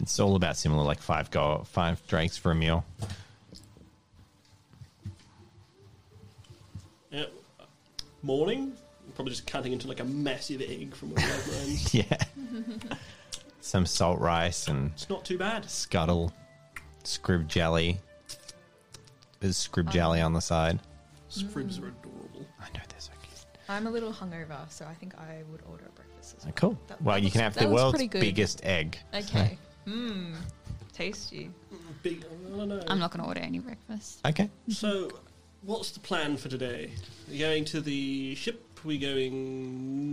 A: It's all about similar, like five go, five drakes for a meal.
D: Yeah, morning. Probably just cutting into like a massive egg from one of my brains.
A: Yeah. Some salt rice and
D: It's not too bad.
A: scuttle, scrib jelly. There's scrib
B: Oh.
A: jelly on the side.
D: Scribs are adorable.
A: I know they're so cute.
C: I'm a little hungover, so I think I would order a breakfast as well.
A: Oh, Cool.
C: That-
A: well,
C: that
A: you can
C: looks-
A: have
C: that
A: the
C: looks
A: world's
C: pretty good.
A: biggest egg.
C: Okay. Mmm. Tasty.
D: Big. I don't know.
B: I'm not gonna order any breakfast.
A: Okay.
D: So, what's the plan for today? Are going to the ship? we going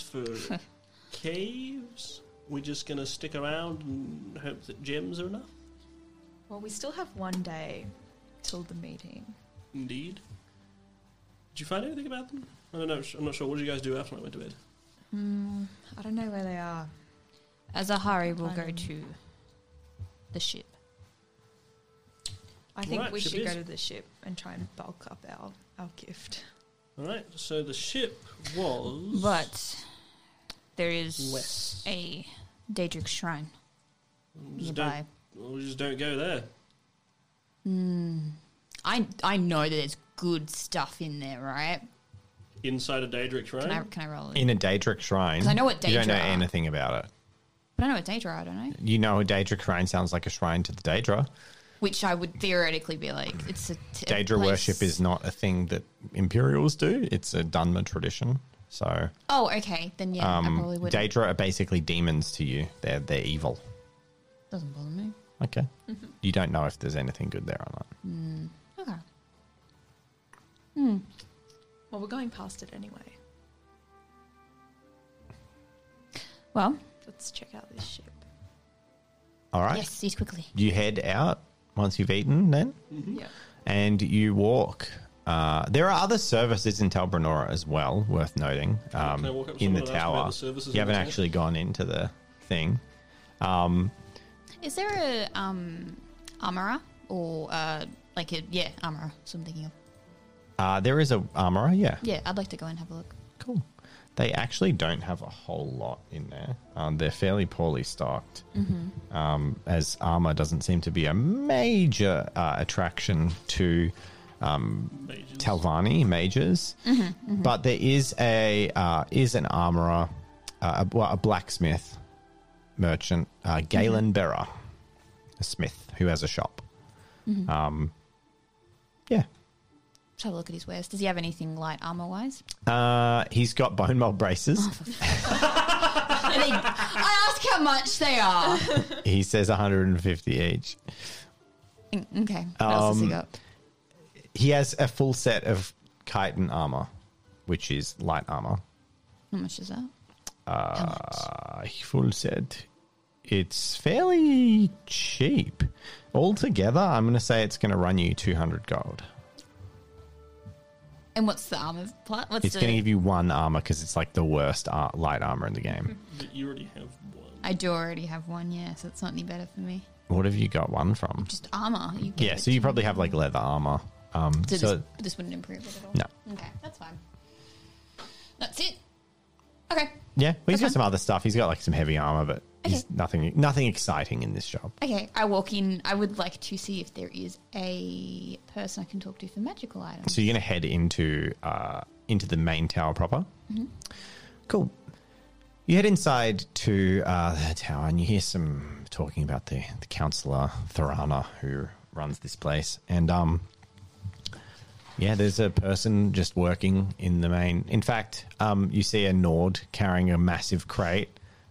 D: for caves? We're just going to stick around and hope that gems are enough?
C: Well, we still have one day till the meeting.
D: Indeed. Did you find anything about them? I don't know. I'm not sure. What did you guys do after I went to bed?
C: I don't know where they are.
B: Azahari will go to the ship.
C: I think
D: Right,
C: we
D: ship
C: should go
D: is.
C: to the ship and try and bulk up our, our gift.
D: All right. So the ship was
B: But there is
D: West.
B: a Daedric shrine Mm,
D: Just
B: nearby.
D: don't, we just don't go there.
B: I I know that there's good stuff in there, right?
D: Inside a Daedric, right?
B: Can I can I roll it?
A: in a Daedric shrine.
B: 'Cause I know what
A: You don't know
B: Daedra are.
A: anything about it.
B: but I know what Daedra, are, I don't know.
A: You know a Daedric shrine sounds like a shrine to the Daedra.
B: Which I would theoretically be like, it's a t- a
A: Daedra
B: place-
A: worship is not a thing that Imperials do. It's a Dunmer tradition. So
B: Oh, okay. Then yeah, I probably
A: um,
B: would.
A: Daedra are basically demons to you. They're they're evil.
B: Doesn't bother me.
A: Okay.
B: Mm-hmm.
A: You don't know if there's anything good there or not.
B: Okay.
C: Well, we're going past it anyway.
B: Well,
C: Let's check out this ship.
A: All right.
B: yes, eat quickly.
A: You head out once you've eaten, then,
D: Mm-hmm.
C: Yeah.
A: and you walk. Uh, there are other services in Talbranora as well, worth noting. Um,
D: I walk up to
A: in the
D: someone and ask about
A: tower,
D: the services
A: you
D: in the
A: haven't
D: tower?
A: actually gone into the thing.
B: Is there a um, armorer or uh, like a yeah armorer? So I'm thinking of
A: Uh, there is a armorer, yeah.
B: yeah. I'd like to go and have a look.
A: Cool. They actually don't have a whole lot in there. Um, they're fairly poorly stocked,
D: Mm-hmm.
A: um, as armor doesn't seem to be a major uh, attraction to
D: Mages.
A: Talvani mages, but there is a uh, is an armorer, uh, a, well, a blacksmith merchant, uh, Galen Berra, a smith who has a shop. Um, yeah,
B: Let's have a look at his wares. Does he have anything light armor wise?
A: uh, he's got bone mold braces.
B: I ask how much they are.
A: he says 150 each.
B: Mm, okay. What else has he
A: Um,
B: got?
A: He has a full set of chitin armor, which is light armor.
B: How much is that?
A: Uh, full set. It's fairly cheap. Altogether, I'm going to say it's going to run you 200 gold.
B: And what's the armor plot? What's
A: It's
B: the?
A: going to give you one armor because it's like the worst ar- light armor in the game.
D: But You already have one.
B: I do already have one. Yeah, so it's not any better for me.
A: what have you got one from?
B: Just armor. You gave
A: Yeah,
B: it
A: so you
B: to me.
A: probably have like leather armor. Um,
B: So,
A: so
B: this, this wouldn't improve it at all.
A: No.
B: Okay, that's fine. That's it. Okay.
A: yeah, well, he's
B: Okay.
A: got some other stuff. He's got like some heavy armor, but he's
B: Okay.
A: nothing nothing exciting in this shop.
B: Okay, I walk in. I would like to see if there is a person I can talk to for magical items.
A: So you're going to head into uh, into the main tower proper. Cool. You head inside to uh, the tower and you hear some talking about the, the counselor Tharana who runs this place, and um, yeah, there's a person just working in the main. In fact, um, you see a Nord carrying a massive crate.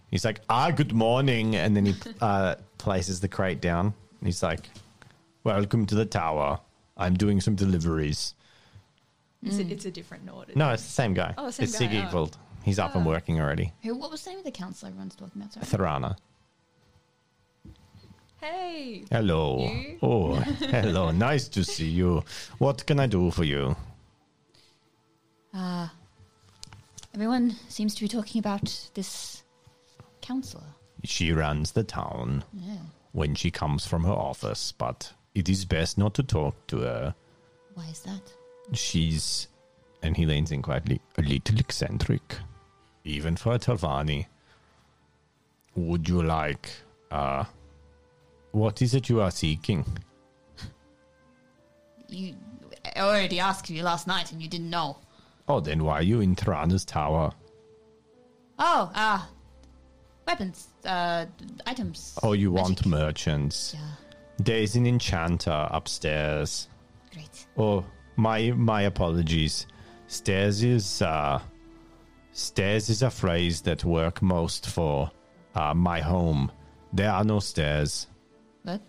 A: He's like, "Ah, good morning," and then he uh, places the crate down. And he's like, "Welcome to the tower. I'm doing some deliveries."
C: It's, a, it's a different Nord. isn't
A: Mm. No,
C: it?
A: it's the same guy.
C: Oh, the same
A: it's
C: guy,
A: Siggy
C: oh.
A: Gould. He's up and working already.
B: Who? What was the name of the council everyone's talking about? Sorry.
A: Tharana.
C: Hey,
A: Hello.
C: You?
A: Oh, hello. Nice to see you. What can I do for you?
B: Everyone seems to be talking about this counselor.
A: She runs the town
B: Yeah.
A: when she comes from her office, but it is best not to talk to her.
B: Why is that?
A: She's, and he leans in quietly, a little eccentric, even for a Tavani. Would you like, uh, what is it you are seeking?
B: You. I already asked you last night, and you didn't know.
A: Oh, then why are you in Tharana's tower?
B: Oh, ah, weapons, uh, items.
A: Oh, you want
B: Magic.
A: merchants.
B: Yeah,
A: There's an enchanter upstairs.
B: great.
A: Oh, my my apologies. Stairs is uh stairs is a phrase that work most for uh my home. There are no stairs.
B: What?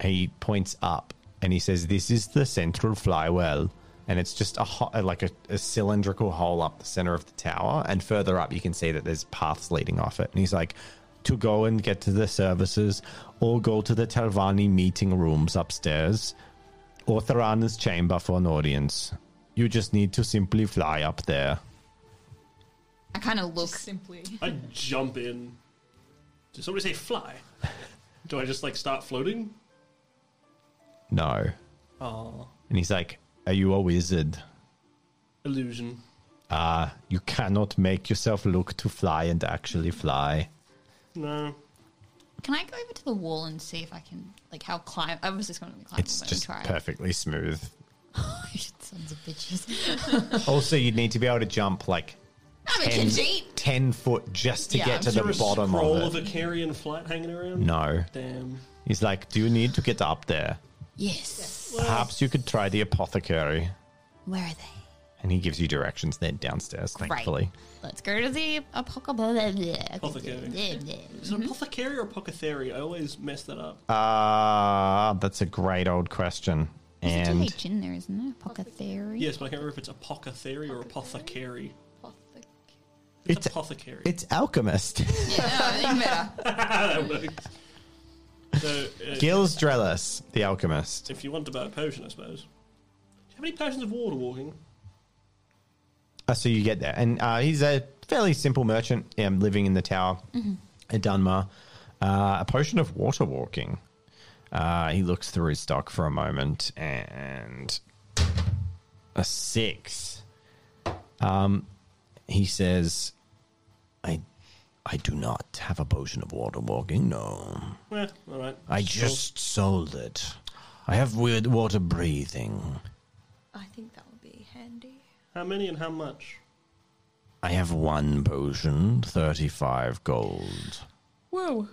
A: He points up and he says this is the central flywell and it's just a ho- like a, a cylindrical hole up the center of the tower and further up you can see that there's paths leading off it and he's like to go and get to the services or go to the Talvani meeting rooms upstairs or Tharana's chamber for an audience. You just need to simply fly up there.
B: I kind of look.
C: just simply.
D: I jump in. Did somebody say fly? Do I just like start floating?
A: No.
D: Oh,
A: And he's like, Are you a wizard?
D: illusion.
A: Ah, you cannot make yourself look to fly and actually fly.
D: No.
B: Can I go over to the wall and see if I can, like, how climb? Obviously, it's going to be climbing.
A: It's
B: but
A: just
B: I'm trying.
A: perfectly smooth.
B: Sons of bitches.
G: Also, you'd need to be able to jump like
B: I'm a
G: 10,
B: Khajiit.
G: 10 foot just to
B: Yeah,
G: get to
B: I'm
G: the
D: Is there a
G: bottom
D: scroll
G: of
D: a
G: it.
D: carrion flight hanging around?
A: No.
D: Damn.
A: He's like, Do you need to get up there?
B: Yes.
A: Perhaps you could try the apothecary.
B: Where are they?
A: And he gives you directions then downstairs, thankfully.
B: Let's go to the
D: Apothecary. Is
B: apocalypse.
D: it an apothecary or apothecary? I always mess that up.
A: Ah, that's a great old question.
B: There's a
A: And
B: TH in there, isn't there? Apothecary.
D: yes, but I can't remember if it's apothecary or apothecary. It's,
A: It's-
D: apothecary. Ah,
A: it's alchemist.
D: that works. So, uh,
A: Gil's Drellus, the alchemist.
D: if you want to buy a potion, I suppose. Do you have any potions of water walking?
A: Uh, so you get there, and uh, he's a fairly simple merchant um, living in the tower at Dunmar. Uh, a potion of water walking. Uh, he looks through his stock for a moment and a six. Um, he says, "I, I do not have a potion of water walking. No,
D: Eh, all right.
H: I just sold it. I have weird water breathing.
C: I think that would be handy.
D: How many and how much?
H: I have one potion, 35 gold.
C: Whoa.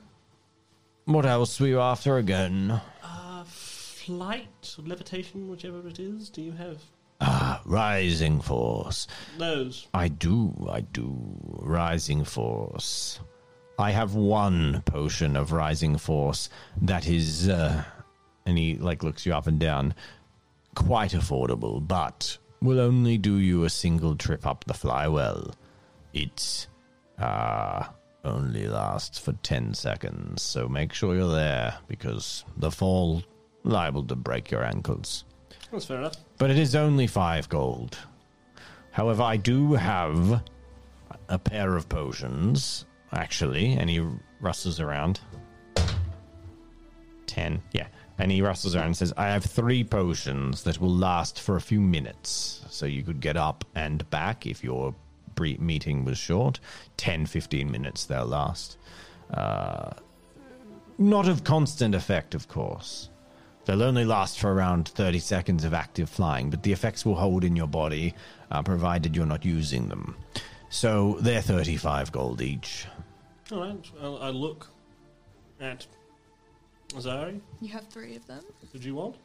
H: What else were you after again?
D: Flight, levitation, whichever it is. Do you have
H: Rising Force.
D: those?
H: I do, I do. Rising Force. I have one potion of Rising Force that is, uh,
A: and he like looks you up and down. Quite affordable, but will only do you a single trip up the flywell. It uh, only lasts for ten seconds, so make sure you're there because the fall liable to break your ankles.
D: That's fair enough.
A: But it is only five gold. However, I do have a pair of potions, actually, and he rustles around. Ten, yeah. And he rustles around and says, I have three potions that will last for a few minutes. So you could get up and back if your brief meeting was short. 10, 15 minutes they'll last. Uh, not of constant effect, of course. They'll only last for around 30 seconds of active flying, but the effects will hold in your body, uh, provided you're not using them. So they're 35 gold each.
D: All right. I'll, I look at Azari.
C: You have three of them.
D: Did you want?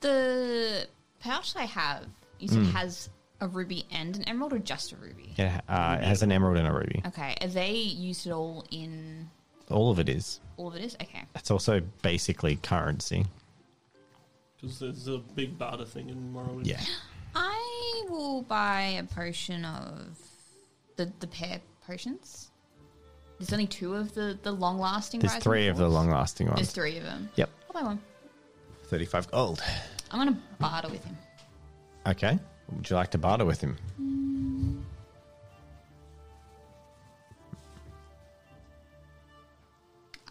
B: The pouch I have, you
A: Hmm.
B: said has a ruby and an emerald, or just a ruby?
A: Yeah, uh, it has an emerald and a ruby.
B: Okay. Are they used at all in
A: All of it is.
B: all of it? Is okay.
A: It's also basically currency.
D: Because there's a big barter thing in Morrowind.
A: Yeah.
B: I will buy a potion of the the pear potions. There's only two of the the long lasting.
A: There's three of the long lasting
B: There's
A: ones.
B: three of them.
A: Yep.
B: I'll buy one.
A: 35 gold.
B: I'm gonna barter with him.
A: Okay. Would you like to barter with him?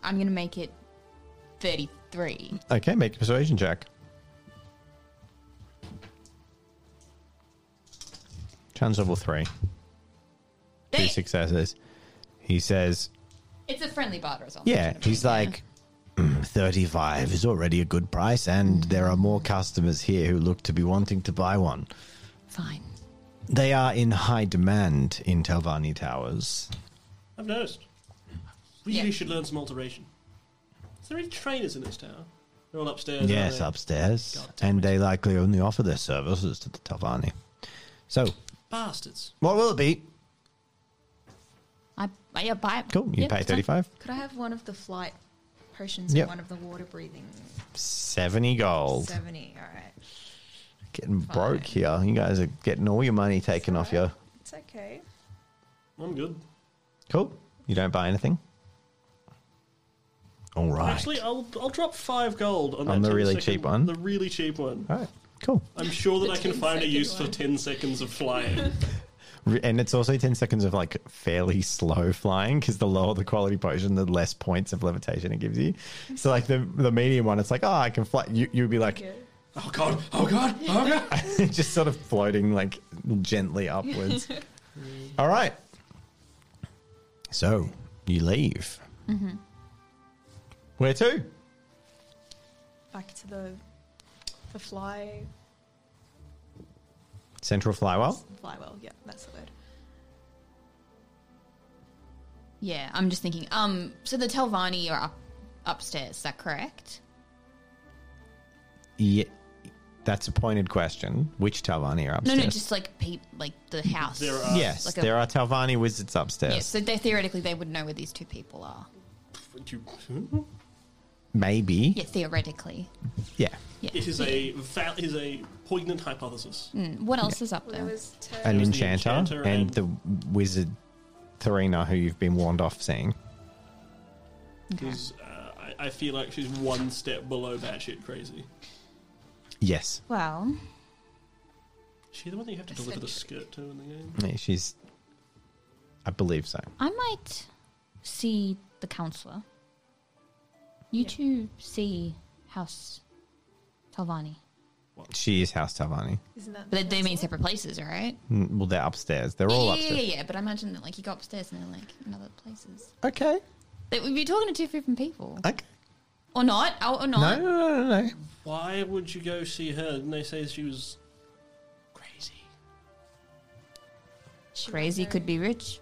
B: I'm gonna make it thirty three.
A: Okay, make a persuasion check. Challenge level three. Two successes. He says,
B: It's a friendly barter as well.
A: Yeah, he's like, "Mm, 35 is already a good price, and there are more customers here who look to be wanting to buy one.
B: fine.
A: They are in high demand in Telvani Towers.
D: I've noticed. We really
B: Yeah.
D: should learn some alteration. Is there any trainers in this tower? They're all upstairs.
A: Yes,
D: aren't
A: upstairs.
D: Oh, God damn
A: And they likely only offer their services to the Telvani. So,
D: they? Bastards.
A: what will it be?
B: I, I yeah, buy it.
A: Cool, you
B: Yeah,
A: pay
B: it's fine.
A: 35.
C: Could I have one of the flight potions
A: Yep.
C: and one of the water breathing?
A: 70 gold.
C: 70, alright.
A: Getting broke here. You guys are getting all your money taken off you.
C: It's okay.
D: I'm good.
A: Cool. You don't buy anything? All right.
D: Actually, I'll I'll drop five gold
A: On
D: on, that
A: the
D: 10
A: really
D: second-
A: cheap one?
D: The really cheap one.
A: all right, cool.
D: I'm sure that I can
C: 10
D: find a
C: second
D: use for
C: one.
D: ten seconds of flying.
A: Re- And it's also 10 seconds of like fairly slow flying because the lower the quality potion, the less points of levitation it gives you. So, like the, the medium one, it's like, oh, I can fly. You, you'd be like,
D: Oh god, oh god, oh god.
A: just sort of floating like gently upwards. All right. So you leave.
B: Mm-hmm.
A: Where to?
C: Back to the the fly
A: Central Flywell.
C: flywell. Yeah, that's the word.
B: Yeah, I'm just thinking. Um, so the Telvani are up upstairs. Is that correct?
A: Yeah, that's a pointed question. Which Talvani are
B: No,
A: upstairs?
B: no, just like peep, like the house.
D: There are- uh,
A: yes,
B: like a-
A: there are Talvani wizards upstairs.
B: Yeah, so they theoretically they would know where these two people are.
D: You- Hmm?
A: Maybe.
B: Yeah, theoretically.
A: Yeah.
D: It is a val- is a poignant hypothesis.
B: What else is up
C: Well, there
B: there?
C: was Ter-
A: An
D: was the
A: enchanter,
D: enchanter
A: and
D: and-
A: the wizard Therina, who you've been warned off seeing.
D: Because uh, I, I feel like she's one step below batshit crazy.
A: Yes.
B: Well,
D: Is she the one that you have to deliver the skirt to in the game?
A: Yeah, she's. I believe so.
B: I might see the counselor. You two see House Telvani.
A: She is House Talvani.
C: isn't that?
B: But they, they mean separate places, right?
A: Mm, Well, they're upstairs. They're all
B: yeah, yeah,
A: upstairs.
B: yeah, yeah. But I imagine that like you go upstairs and they're like in other places.
A: Okay.
B: That we'd be talking to two different people,
A: Okay.
B: or not? Oh, or
A: No,
B: not?
A: no, no, no, no.
D: Why would you go see her? Didn't they say she was crazy?
B: Crazy could be rich.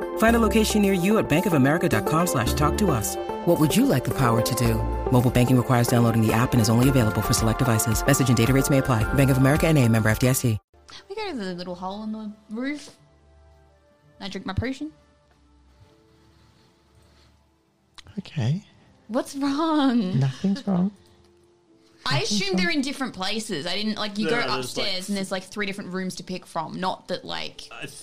I: Find a location near you at bankofamerica.com slash talk to us. What would you like the power to do? Mobile banking requires downloading the app and is only available for select devices. Message and data rates may apply. Bank of America and a member FDIC.
B: We go to the little hole in the roof. I drink my potion.
A: Okay.
B: What's wrong?
A: Nothing's wrong.
B: I assume they're in different places. I didn't like you
D: No,
B: go
D: there's, like,
B: upstairs and there's like three different rooms to pick from. Not that like
D: I th-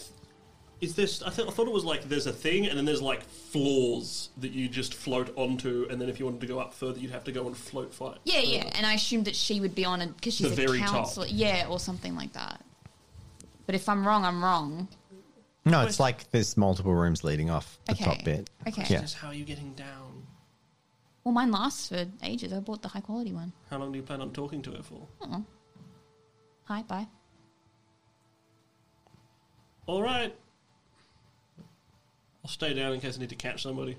D: is this? I, th- I thought it was like there's a thing, and then there's like floors that you just float onto, and then if you wanted to go up further, you'd have to go and float fight.
B: yeah, yeah. And I assumed that she would be on it because she's
D: The
B: a
D: very top.
B: counselor, yeah, or something like that. But if I'm wrong, I'm wrong.
A: No, it's like there's multiple rooms leading off the
B: Okay.
A: top bit.
B: Okay.
A: Yeah.
D: Just how are you getting down?
B: Well, mine lasts for ages. I bought the high quality one.
D: How long do you plan on talking to her for?
B: Hi, bye.
D: All right. I'll stay down in case I need to catch somebody.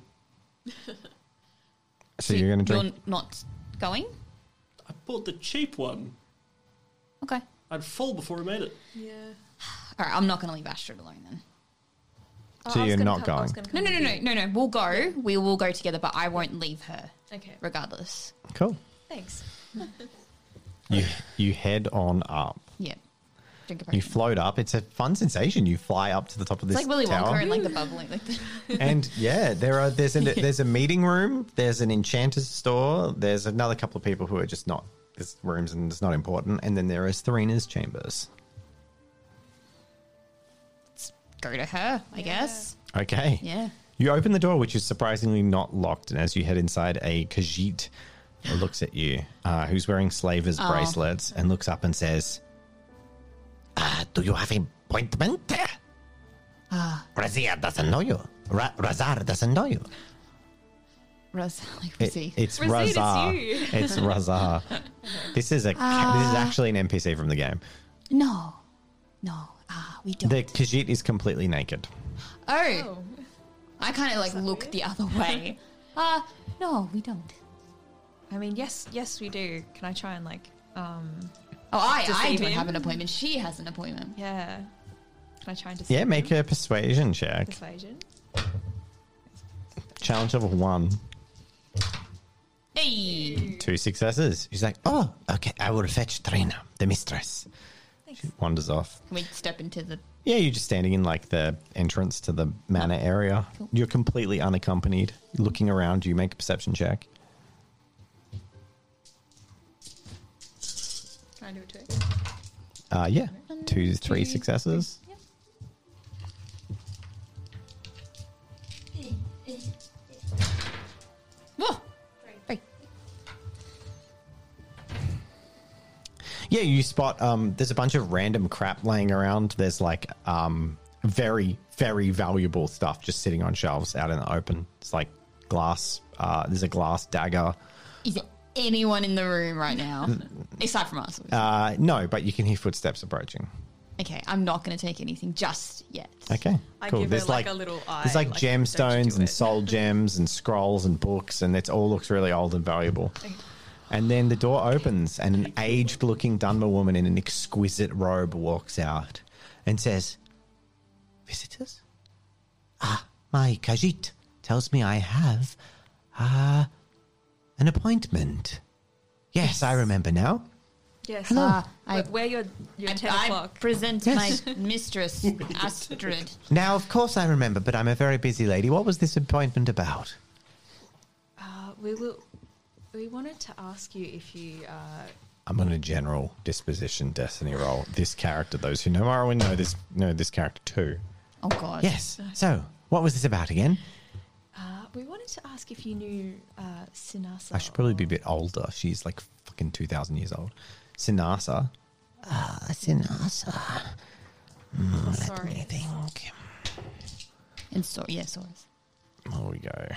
A: So you're gonna drink.
B: You're not going.
D: I bought the cheap one.
B: Okay.
D: I'd fall before I made it.
C: Yeah.
B: All right. I'm not going to leave Astrid alone then.
C: Oh,
A: So
C: I was
A: you're
C: gonna
A: not
C: come- I was
A: going.
C: gonna
B: No,
C: come
B: no, no,
C: with
B: no, no, no. We'll go. We will go together, but I won't leave her,
C: you. Okay.
B: regardless.
A: Cool.
C: Thanks.
A: You you head on up.
B: Yeah. Drink a
A: You
B: potion.
A: float up. It's a fun sensation. You fly up to the top of
B: It's
A: this
B: like Willy
A: tower.
B: Wonka and like the bubbling. Like the,
A: and yeah, there are there's a there's a meeting room, there's an enchanter's store, there's another couple of people who are just not there's rooms and it's not important, and then there is Therena's chambers.
B: go to her, I guess.
A: Okay.
B: Yeah.
A: You open the door, which is surprisingly not locked, and as you head inside, a Khajiit looks at you, uh, who's wearing slavers bracelets, and looks up and says,
E: Uh, do you have an appointment? Razia doesn't know you. Ra- Razar doesn't know you.
B: Raz, like
A: It-
B: Rizzy.
A: "It's
C: Razid, it's
A: Razar.
C: you. Ah.
A: It's, Razar. this is a ca- this is actually an NPC from the game.
B: no. No. Ah, we don't.
A: The Khajiit is completely naked.
B: oh.
C: Oh,
B: I kind of like look the other way. Ah, no, we don't.
C: I mean, yes, yes, we do. Can I try and like, um,
B: Oh, I, I
C: Deceive
B: don't
C: him.
B: have an appointment. She has an appointment.
C: yeah? Can I try and deceive
A: Yeah, make
C: him?
A: a persuasion check.
C: persuasion.
A: Challenge level one.
B: Hey.
A: Two successes.
E: She's like, oh, okay, I will fetch Trina, the mistress.
A: She wanders off.
B: Can we step into the.
A: Yeah, you're just standing in like the entrance to the manor area. You're completely unaccompanied. Looking around, you make a perception check.
B: Can I do it too?
A: Uh, yeah, two, three successes.
B: Whoa! Hey.
A: Yeah, you spot um there's a bunch of random crap laying around. There's like um very, very valuable stuff just sitting on shelves out in the open. It's like glass, uh there's a glass dagger.
B: Is there anyone in the room right now? Aside from us. obviously.
A: Mm. Uh no, but you can hear footsteps approaching.
B: okay, I'm not going to take anything just yet.
A: Okay.
C: I
A: Cool.
C: give her,
A: There's
C: like,
A: like,
C: a little eye,
A: There's like
C: like, don't you
A: gemstones
C: do
A: and
C: it.
A: soul gems and scrolls and books and it all looks really old and valuable. And then the door opens and an aged looking Dunmer woman in an exquisite robe walks out and says, Visitors? Ah, my Kajit tells me I have uh, an appointment. Yes, I remember now.
C: Yes.
B: Hello.
C: Uh,
B: I-
C: I, where your your
B: I,
C: ten
B: I
C: o'clock?
B: present
A: Yes.
B: my mistress, Astrid.
A: Now, of course, I remember, but I'm a very busy lady. What was this appointment about?
C: Uh, we will. We wanted to ask you if you. Uh,
F: I'm on a general disposition destiny roll. This character, those who know Morrowind know this know this character too.
B: Oh, God.
A: Yes. So, what was this about again?
C: uh, we wanted to ask if you knew uh, Sinasa.
A: I should probably be a bit older. She's like fucking 2,000 years old. Sinasa. Ah, Sinasa.
C: or- Oh, Sorry.
A: think.
B: And so, yeah, Soros.
F: Here we go.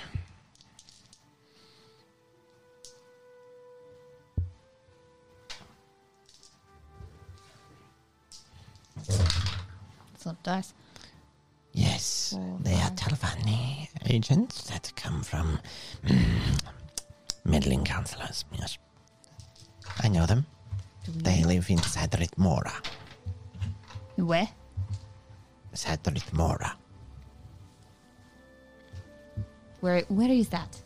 B: It's not dice.
A: Yes, they are Talvani agents that come from meddling councillors. Yes. I know them. They live in Sadrit Mora.
B: Where?
A: Sadrit Mora.
B: Where? Where is that?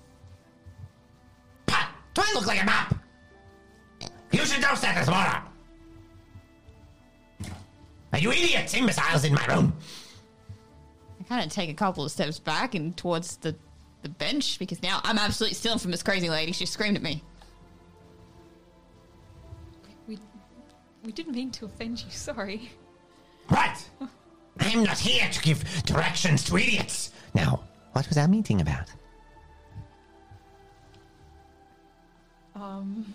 E: Do I look like a map? You should know Santa's Mora. Are you idiots, imbeciles in my room?
B: I kind of take a couple of steps back and towards the, the bench because now I'm absolutely stealing from this crazy lady. She screamed at me.
C: We we didn't mean to offend you. Sorry.
E: What? I am not here to give directions to idiots.
A: Now, what was our meeting about?
C: Um.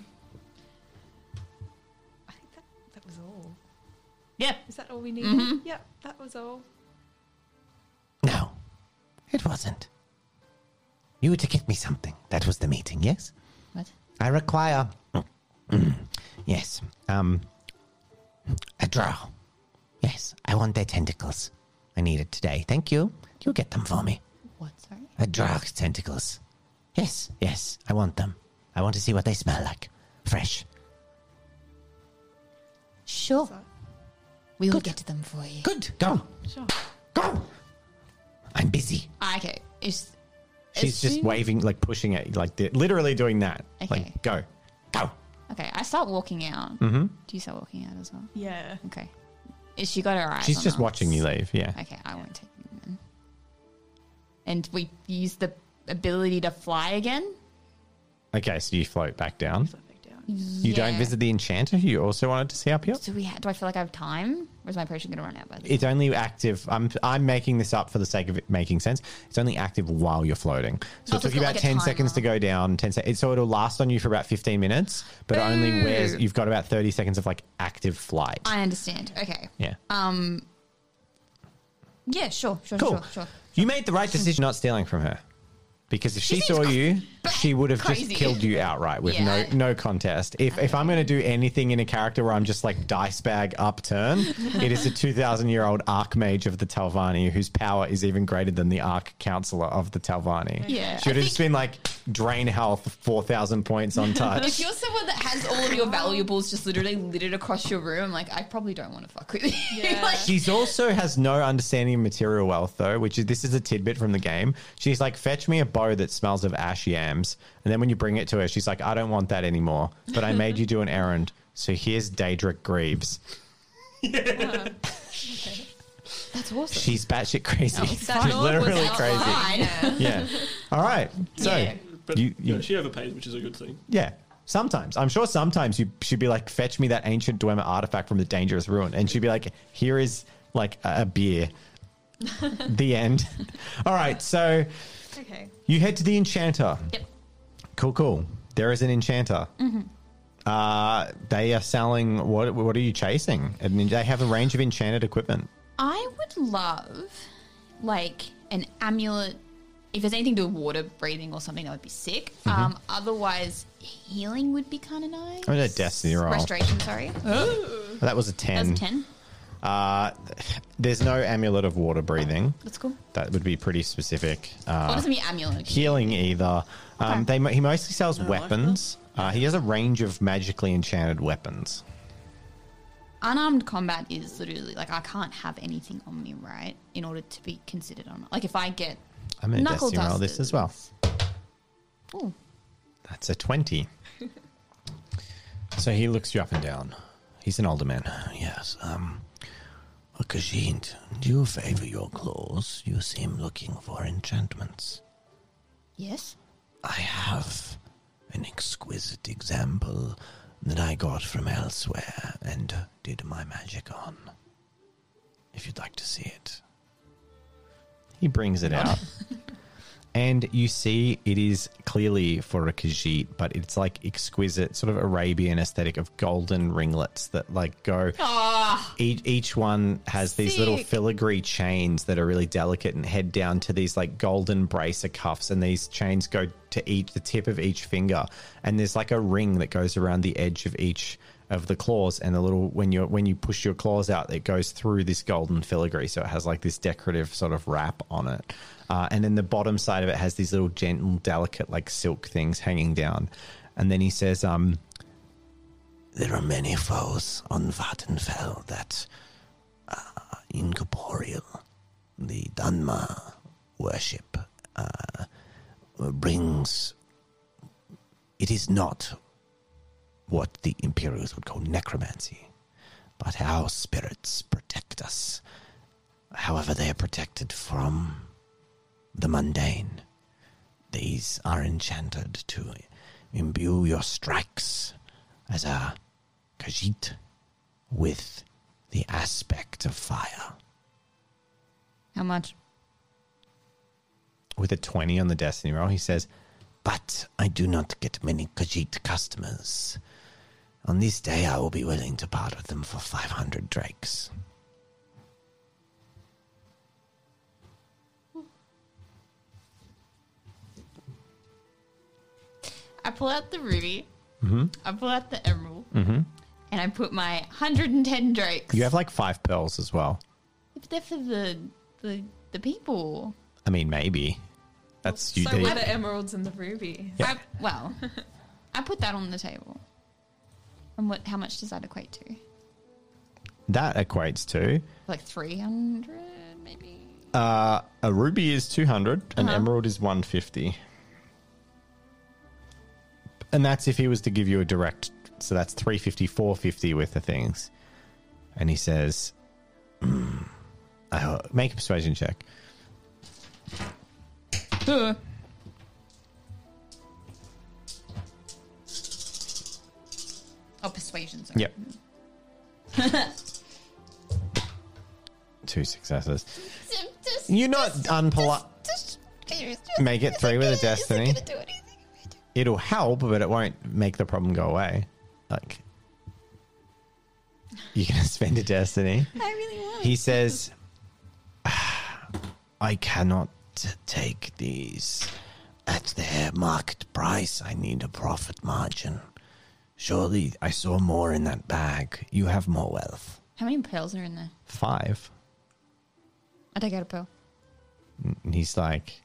C: I think that that was all.
B: Yeah.
C: Is that all we needed? Yep, that was all.
A: No, it wasn't. You were to get me something. That was the meeting, yes?
B: What?
A: I require. yes. Um. A draw. Yes, I want their tentacles. I need it today. Thank you. You get them for me.
B: What? Sorry.
A: A drog's tentacles. Yes, yes, I want them. I want to see what they smell like. Fresh.
B: Sure.
C: So-
B: We will get to them for you.
A: Good. Go.
C: Sure.
A: Go. I'm busy.
B: Ah, okay. Is
F: She's
B: is
F: just
B: she-
F: waving, like pushing it, like di- literally doing that.
B: Okay.
F: Like go.
A: Go.
B: Okay. I start walking out. Mm-hmm. Do you start walking out as well?
C: Yeah.
B: Okay. Is she got her eyes?
F: She's
B: on
F: just
B: us?
F: watching you leave. Yeah.
B: Okay, I won't take them then. And we use the ability to fly again.
F: Okay, so you float back down. You don't
B: Yeah.
F: visit the enchanter who you also wanted to see up here.
B: Do we? Ha- do I feel like I have time, or is my potion going to run out by then?
F: It's only active. I'm I'm making this up for the sake of it making sense. It's only active while you're floating.
B: Oh,
F: So it
B: so
F: took
B: it's
F: you
B: got
F: about
B: like a
F: ten seconds to
B: timer.
F: go down. Ten seconds. So it'll last on you for about fifteen minutes, but it only wears. You've got about thirty seconds of like active flight.
B: I understand. Okay.
F: yeah.
B: Um. Yeah. Sure. Sure. Sure.
F: cool.
B: Sure.
F: You made the right decision not stealing from her. Because if she,
B: seems
F: saw
B: cr-
F: you, she would have
B: crazy.
F: just killed you outright with
B: Yeah.
F: no no contest. If if I'm going to do anything in a character where I'm just like dice bag upturn, it is a 2000 year old archmage of the Talvani whose power is even greater than the arch counselor of the Talvani.
B: Yeah,
F: She would
B: I
F: have just been like drain health 4000 points on
B: If
F: touch.
B: you're someone that has all of your valuables just literally littered across your room, like I probably don't want to fuck with you.
C: Yeah.
B: like,
F: She's also has no understanding of material wealth, though, which is this is a tidbit from the game. She's like, fetch me a bow that smells of ash yams. And then when you bring it to her, she's like, I don't want that anymore, but I made you do an errand. So here's Daedric Greaves.
B: That's awesome. Oh,
A: She's batshit crazy. She's
C: That lord was
A: literally crazy.
C: outlined.
A: Yeah. All right. So
B: Yeah.
D: But
A: You-
D: you know,
A: you-
D: she overpaid, which is a good thing.
A: yeah. Sometimes I'm sure. Sometimes you she'd be like, "Fetch me that ancient Dwemer artifact from the dangerous ruin," and she'd be like, "Here is like a, a beer." the end. All right. So
C: Okay.
A: you head to the enchanter.
B: Yep.
A: Cool, cool. There is an enchanter. Uh, they are selling. What What are you chasing? I mean, they have a range of enchanted equipment.
B: I would love like an amulet. If there's anything to do with water breathing or something, that would be sick.
A: Mm-hmm.
B: Um, otherwise, healing would be kind of nice.
A: I'm gonna Oh, destiny roll.
B: Restoration, sorry.
A: That was a ten.
B: That's a 10.
A: Uh, there's no amulet of water breathing.
B: That's cool.
A: That would be pretty specific. Uh,
B: what does it mean, amulet?
A: healing either. Um,
B: Okay.
A: they mo- he mostly sells weapons. Uh, he has a range of magically enchanted weapons.
B: Unarmed combat is literally like I can't have anything on me, right? In order to be considered on. Like if I get
A: I'm gonna
B: Knuckle
A: destiny roll this as well.
B: Ooh.
A: That's a 20. so he looks you up and down. He's an older man.
E: Yes, um, Kajint, do you favor your claws? You seem looking for enchantments.
B: Yes.
E: I have an exquisite example that I got from elsewhere and did my magic on. If you'd like to see it.
A: He brings it out. and you see it is clearly for a Khajiit, but it's like exquisite, sort of Arabian aesthetic of golden ringlets that like go. Each, each one has these little
B: Sick.
A: filigree chains that are really delicate and head down to these like golden bracer cuffs. And these chains go to each, the tip of each finger. And there's like a ring that goes around the edge of each of the claws and the little when you when you push your claws out it goes through this golden filigree so it has like this decorative sort of wrap on it uh, and then the bottom side of it has these little gentle delicate like silk things hanging down and then he says um
E: There are many foes on Vattenfell that are incorporeal. The Dunma worship uh, brings. It is not what the Imperials would call necromancy, but our spirits protect us. However, they are protected from the mundane. These are enchanted to imbue your strikes as a Khajiit with the aspect of fire.
B: How much?
A: with a 20 on the destiny roll he says
E: But I do not get many Khajiit customers. On this day, I will be willing to part with them for 500 drakes.
B: I pull out the ruby.
A: Mm-hmm.
B: I pull out the emerald. And I put my 110 drakes.
A: you have like five pearls as well
B: But they're for the, the, the people.
A: i mean maybe that's you
C: So
A: they-
C: were the emeralds and the ruby.
A: Yeah.
B: I, well, I put that on the table. And what? How much does that equate to?
A: that equates to
B: Like three hundred, maybe.
A: a ruby is 200 an emerald is 150 and that's if he was to give you a direct so that's 350 450 with the things and he says "Hmm, I ho- make a persuasion check
B: Huh. Oh, persuasion. Sorry.
A: yep two successes
B: Just- just-
A: you're not unpolite
B: just- just-
A: Make it three with a
B: Is it gonna
A: destiny.
B: do anything?
A: it'll help, but it won't make the problem go away. Like, you're going to spend a destiny.
B: I really am.
A: He says,
E: I cannot t- take these at their market price. I need a profit margin. Surely I saw more in that bag. You have more wealth.
B: How many pearls are in there?
A: five.
B: I take out a pearl.
A: And he's like,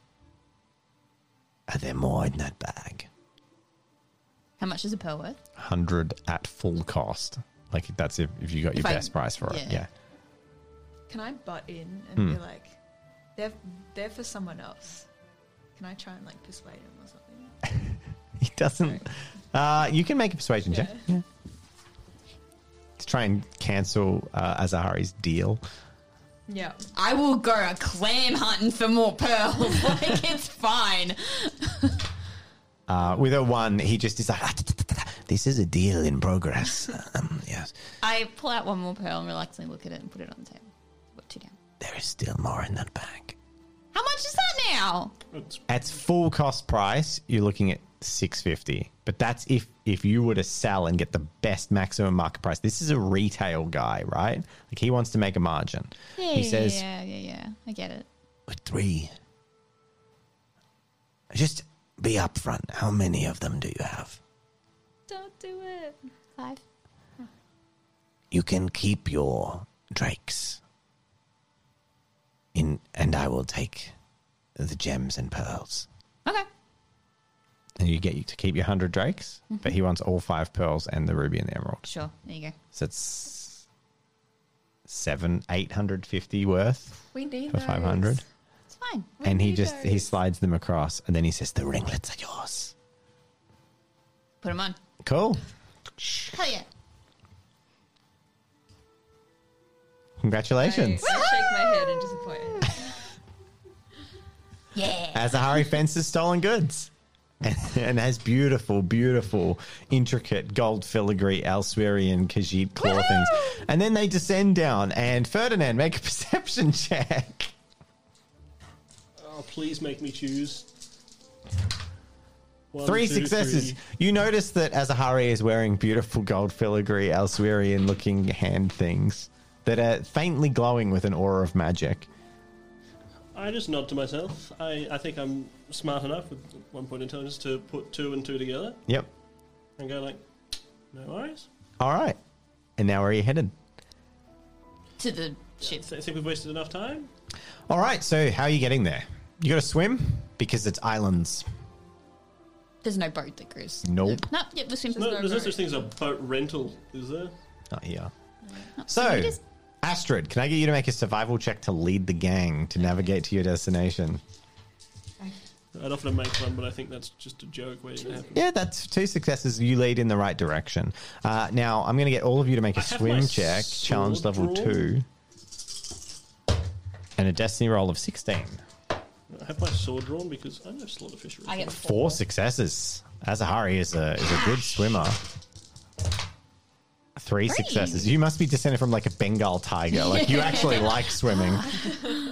E: Are there more in that bag?
B: How much is a pearl worth?
A: 100 at full cost. Like, that's if, if you got your
B: If I-
A: best price for it.
B: yeah.
A: Yeah.
C: Can I butt in and
A: Hmm.
C: be like, they're, they're for someone else? Can I try and like persuade him or something?
A: He doesn't. Uh, you can make a persuasion check. Yeah. to try and cancel uh, Azahari's deal.
C: Yeah.
B: I will go a clam hunting for more pearls. like it's fine.
A: Uh, with a one, he just is like, "Ah, da, da, da, da. this is a deal in progress. um, yes,
B: I pull out one more pearl and reluctantly look at it and put it on the table. Put two down.
A: there is still more in that bag.
B: How much is that now?
A: At full cost price, you're looking at six fifty. But that's if if you were to sell and get the best maximum market price. This is a retail guy, right? Like he wants to make a margin.
B: Yeah,
A: he says,
B: yeah, yeah, yeah. I get it.
E: With three. Just be upfront. How many of them do you have?
B: Don't do it. Five.
E: You can keep your drakes. In and I will take the gems and pearls.
B: Okay.
A: and you get to keep your hundred drakes. But he wants all five pearls and the ruby and the emerald.
B: Sure. There you go.
A: So it's seven, eight hundred fifty worth
C: We need
A: for
C: those.
A: five hundred.
B: It's fine.
A: And he
C: need
A: just he
C: those.
A: slides them across, and then he says, "The ringlets are yours."
B: Put them on.
A: Cool.
B: Hell yeah.
C: I, I
A: Congratulations.
C: shake my head in disappointment.
B: Yeah.
A: Azahari fences stolen goods. And, and has beautiful, beautiful, intricate gold filigree, Elswerian, Khajiit claw things. And then they descend down, and Ferdinand, make a perception check.
D: Oh, please make me choose. One,
A: Three
D: two,
A: successes.
D: three.
A: You notice that Azahari is wearing beautiful gold filigree, Elswerian looking hand things that are faintly glowing with an aura of magic.
D: I just nod to myself. I, I think I'm smart enough with one point intelligence to put two and two together
A: Yep.
D: and go like, no worries.
A: All right. And now where are you headed?
B: To the ship.
D: I think we've wasted enough time.
A: All right. So, how are you getting there? You got to swim because it's islands.
B: There's no boat that goes.
A: Nope.
B: No, yeah, the swim
D: No,
B: no,
D: there's no
B: boat.
D: such thing as a boat rental, is there?
A: Not here. So,
B: just-
A: Astrid, can I get you to make a survival check to lead the gang to navigate to your destination?
D: I'd offer to make one, but I think that's just a joke waiting to happen.
A: Yeah, that's two successes. You lead in the right direction. Uh, now, I'm going to get all of you to make a
D: I have my
A: swim check,
D: sword
A: challenge level
D: drawn.
A: two, and a destiny roll of 16.
D: I have my sword drawn because I know slaughterfisher.
B: I get
A: Four successes. Azahari is a, is a good swimmer. Three successes. You must be descended from like a Bengal tiger. Like you actually like swimming.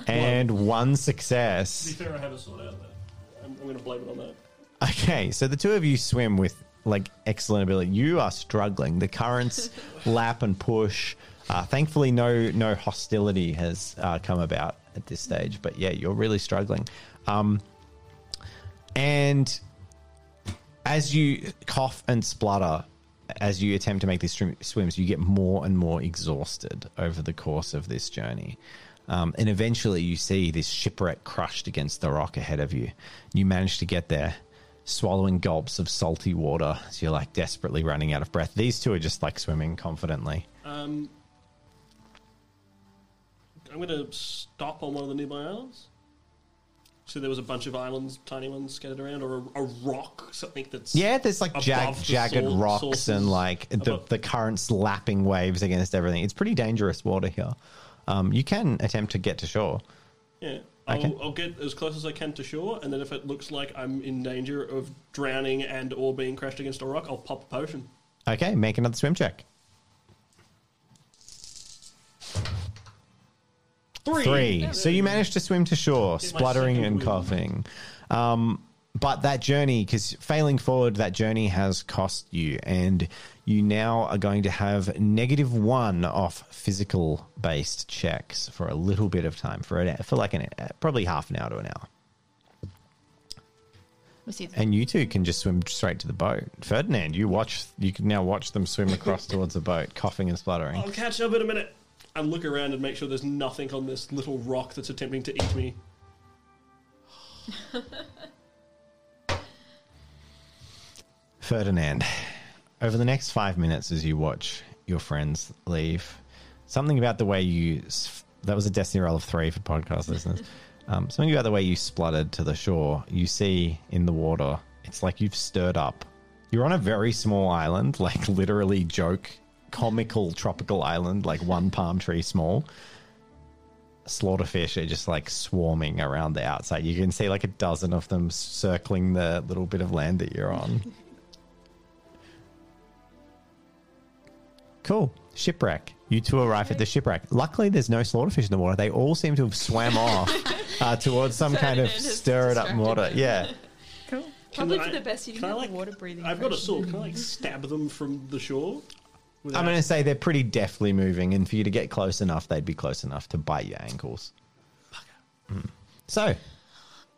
A: And one success.
D: To be fair, I have a sword out there. I'm, I'm going to blame it on that.
A: Okay, so the two of you swim with like excellent ability. You are struggling. The currents lap and push. Uh, thankfully, no no hostility has uh, come about at this stage. But yeah, you're really struggling. Um, and as you cough and splutter, as you attempt to make these swim- swims, you get more and more exhausted over the course of this journey. Um, and eventually, you see this shipwreck crushed against the rock ahead of you. You manage to get there, swallowing gulps of salty water. So you're like desperately running out of breath. These two are just like swimming confidently.
D: Um, I'm going to stop on one of the nearby islands. So there was a bunch of islands, tiny ones scattered around, or a, a rock, something that's
A: Yeah, there's like
D: above
A: jag-
D: the
A: jagged
D: sor-
A: rocks
D: sources.
A: and like the,
D: Above-
A: the currents lapping waves against everything. It's pretty dangerous water here. Um, you can attempt to get to shore.
D: Yeah. I'll,
A: Okay.
D: I'll get as close as I can to shore, and then if it looks like I'm in danger of drowning and or being crashed against a rock, I'll pop a potion.
A: Okay, make another swim check.
D: Three.
A: Three. So you managed to swim to shore,
D: Get my
A: spluttering
D: second
A: and
D: win.
A: coughing. Um, but that journey, because failing forward, that journey has cost you, and you now are going to have negative one off physical based checks for a little bit of time, for an, for like an probably half an hour to an hour.
B: We'll see.
A: And you two can just swim straight to the boat. Ferdinand, you watch. You can now watch them swim across towards the boat, coughing and spluttering.
D: I'll catch up in a minute. And look around and make sure there's nothing on this little rock that's attempting to eat me.
A: Ferdinand, over the next five minutes as you watch your friends leave, something about the way you. s- That was a Destiny roll of three for podcast listeners. Um, something about the way you spluttered to the shore, you see in the water, it's like you've stirred up. You're on a very small island, like literally joke comical tropical island, like one palm tree small. Slaughterfish are just like swarming around the outside. You can see like a dozen of them circling the little bit of land that you're on. Cool. Shipwreck. You two arrive at the shipwreck. Luckily, there's no slaughterfish in the water. They all seem to have swam off uh, towards some kind of
C: Ferdinand has
A: stirred up
C: distracted
A: water.
C: them.
A: Yeah.
C: Probably
D: I-
C: for the best you
D: can
C: can
D: I,
C: have
D: like-
C: water breathing.
D: I've got a sword. Can I like stab them from the shore?
A: I'm
D: Without-
A: going to say they're pretty deftly moving, and for you to get close enough, they'd be close enough to bite your ankles. Mm. So,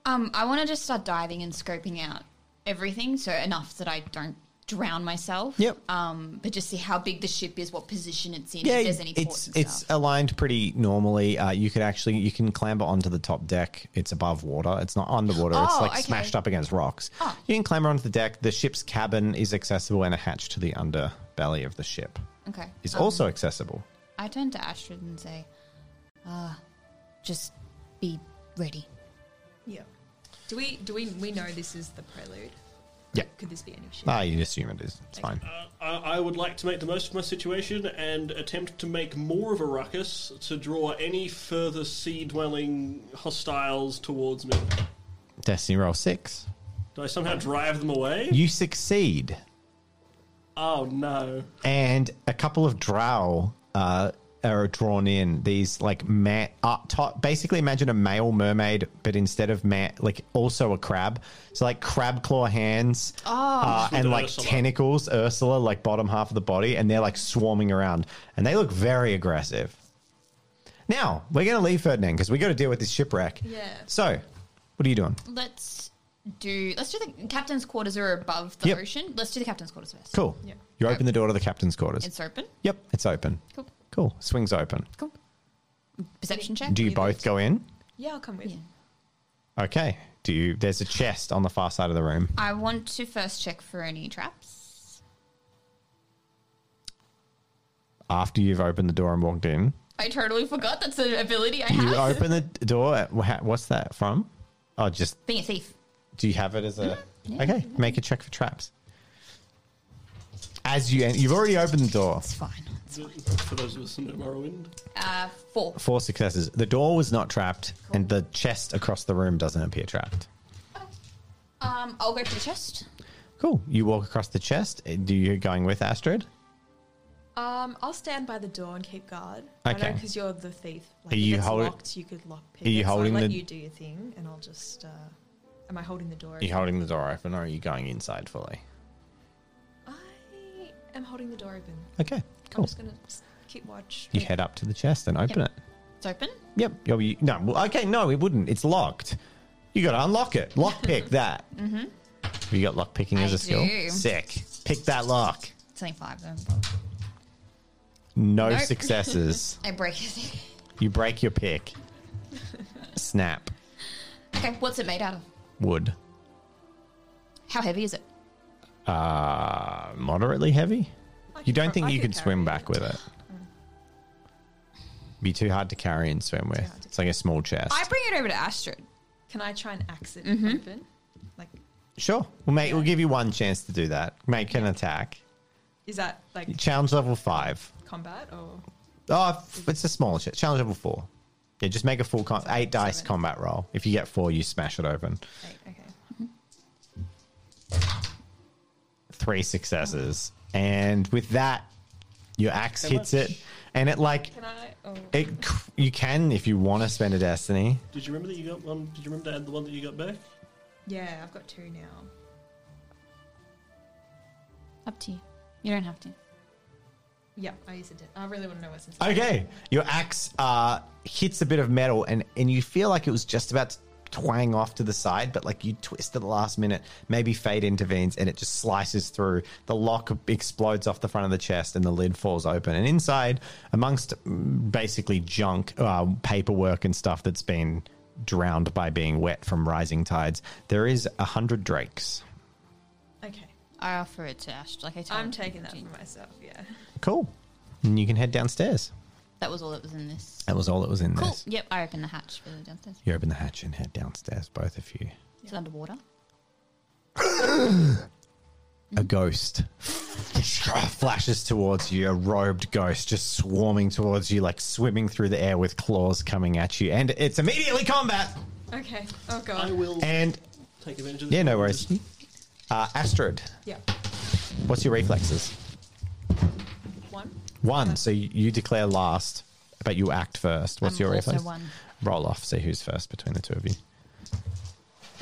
B: Um, I want to just start diving and scoping out everything, so enough that I don't drown myself.
A: Yep.
B: Um, but just see how big the ship is, what position it's in,
A: yeah,
B: if there's any ports
A: it's
B: and
A: it's
B: stuff.
A: aligned pretty normally. Uh, you could actually you can clamber onto the top deck. It's above water. It's not underwater. it's
B: Oh,
A: like
B: okay.
A: smashed up against rocks.
B: Oh.
A: You can clamber onto the deck. The ship's cabin is accessible, and a hatch to the underbelly of the ship
B: okay.
A: is
B: Um,
A: also accessible.
B: I turn to Astrid and say, uh, just be ready.
C: Yeah. Do we do we we know this is the prelude?
A: Yeah,
C: Could this be any ship?
A: ah, you assume it is. It's fine.
D: Uh, I, I would like to make the most of my situation and attempt to make more of a ruckus to draw any further sea dwelling hostiles towards me.
A: Destiny roll six.
D: Do I somehow drive them away?
A: You succeed.
D: Oh no.
A: and a couple of drow uh, are drawn in. These like ma- uh, top, basically imagine a male mermaid, but instead of ma- like also a crab. So like crab claw hands uh,
D: With
A: and like
D: Ursula.
A: tentacles, Ursula like bottom half of the body, and they're like swarming around, and they look very aggressive. Now we're gonna leave Ferdinand because we got to deal with this shipwreck.
C: Yeah.
A: So, what are you doing?
B: Let's do let's do the captain's quarters are above the
A: Yep.
B: ocean. Let's do the captain's quarters first.
A: Cool.
C: Yeah.
A: You open the door to the captain's quarters.
B: It's open.
A: yep, it's open.
B: Cool.
A: Cool. Swings open.
B: Cool. Perception check.
A: Do you
C: Either.
A: both go in?
C: Yeah, I'll come with.
B: Yeah.
A: Okay. Do you? There's a chest on the far side of the room.
B: I want to first check for any traps.
A: After you've opened the door and walked in,
B: I totally forgot that's an ability I
A: you
B: have.
A: open the door. wha- What's that from? Oh, just
B: Being a thief.
A: do you have it as a? Okay, make a check for traps. As you, en- you've already opened the door.
B: It's fine. It's
D: For those of us in Morrowind.
B: uh, four.
A: Four successes. The door was not trapped, and the chest across the room doesn't appear trapped.
B: Um, I'll go to the chest.
A: Cool. You walk across the chest. Uh, Do you going with Astrid?
C: Um, I'll stand by the door and keep guard. I know
A: Okay.
C: because you're the thief. Like,
A: Are
C: if
A: you
C: it's
A: hold-
C: locked, you could lock pick
A: Are you
C: it, so
A: holding
C: I'll let
A: the-
C: you do your thing, and I'll just. Uh, am I holding the door?
A: Are you holding the door open, or are you going inside fully?
C: I am holding the door open.
A: Okay.
C: I'm
A: Cool.
C: just gonna s- keep watch.
A: You head up to the chest and open
B: Yep.
A: it.
B: It's open.
A: Yep. Oh, you- no. well, Okay. No, it wouldn't. It's locked. You got to unlock it. Lockpick that. mm-hmm. You got lockpicking as
B: I
A: a skill.
B: do.
A: Sick. Pick that lock.
B: It's only five though.
A: No
B: Nope.
A: successes.
B: I break it.
A: you break your pick. Snap.
B: okay, what's it made out of?
A: Wood.
B: How heavy is it?
A: Uh, moderately heavy.
C: I
A: You
C: can
A: don't
C: pro-
A: think
C: I
A: you
C: can
A: could swim
C: carry
A: back with it? Hmm. Be too hard to carry and swim with.
C: hard to
A: It's like a small chest.
B: I bring it over to Astrid.
C: Can I try and axe it open? Like,
A: Sure. We'll make. We'll give you one chance to do that. Make an attack.
C: is that like
A: Challenge level five.
C: combat or?
A: Oh, f- it's a smaller ch- challenge level four. Yeah, just make a full con- eight dice
C: seven.
A: combat roll. If you get four, you smash it open.
C: Eight, okay.
A: Three successes, and with that, your axe hits it, and it like
C: Can I? Oh,
A: it. c- You can if you want to spend a destiny.
D: Did you remember that you got one? Did you remember to add the one that you got back?
C: yeah, I've got two now.
B: Up to you. You don't have to.
C: Yeah, I use it. I really want to know what's inside.
A: Okay, your axe uh, hits a bit of metal, and and you feel like it was just about to twang off to the side, but like you twist at the last minute. Maybe fate intervenes, and it just slices through. The lock explodes off the front of the chest, and the lid falls open. And inside, amongst mm, basically junk, uh, paperwork, and stuff that's been drowned by being wet from rising tides, there is a hundred drakes.
C: Okay,
B: I offer it to Astrid. Like I tell
C: I'm
B: her.
C: taking that for myself. Yeah.
A: Cool, and you can head downstairs.
B: That was all that was in this.
A: That was all that was in
B: Cool.
A: this.
B: Yep, I open the hatch for the downstairs.
A: You open the hatch and head downstairs, both of you.
B: It's underwater.
A: a ghost flashes towards you, a robed ghost just swarming towards you, like swimming through the air with claws coming at you. And it's immediately combat.
C: Okay. Oh
D: I
C: god.
D: will
A: And
D: take advantage of this.
A: yeah, no worries. Uh, Astrid,
C: Yeah.
A: what's your reflexes?
C: One.
A: One. So you you declare last, but you act first. What's
B: I'm
A: your
B: also
A: reflex?
B: one.
A: Roll off. See who's first between the two of you.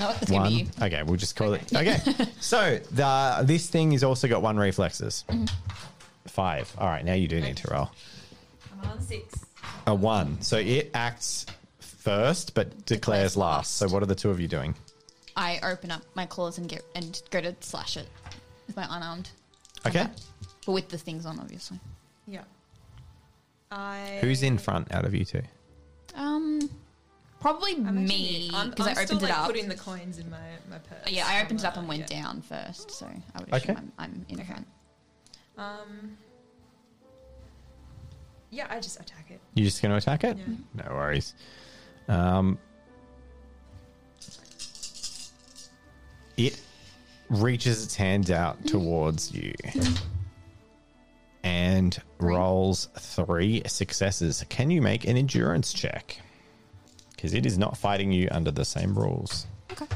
B: No, it's gonna
A: One.
B: be you.
A: Okay, we'll just call it. Okay. so the this thing has also got one reflexes.
B: Mm-hmm.
A: Five. All right. Now you do need to roll
J: I'm on six.
A: a one. So it acts first, but declares last. So what are the two of you doing?
B: I open up my claws and get and go to slash it with my unarmed,
A: Okay.
B: but with the things on, obviously.
C: Yeah. I.
A: Who's in front out of you two?
B: Um, probably
C: I'm
B: me
C: actually- I'm-
B: because I
C: I'm
B: opened
C: still,
B: it
C: like,
B: up.
C: Putting the coins in my my purse.
B: yeah, I opened it up
C: Uh,
B: and went
C: yeah.
B: down first, so I would
A: Okay.
B: assume I'm, I'm in front.
C: Um. Yeah, I just attack it.
A: You just going to attack it?
C: Yeah.
A: No worries. Um, it reaches its hand out towards you and rolls three successes. Can you make an endurance check? Because it is not fighting you under the same rules.
B: Okay.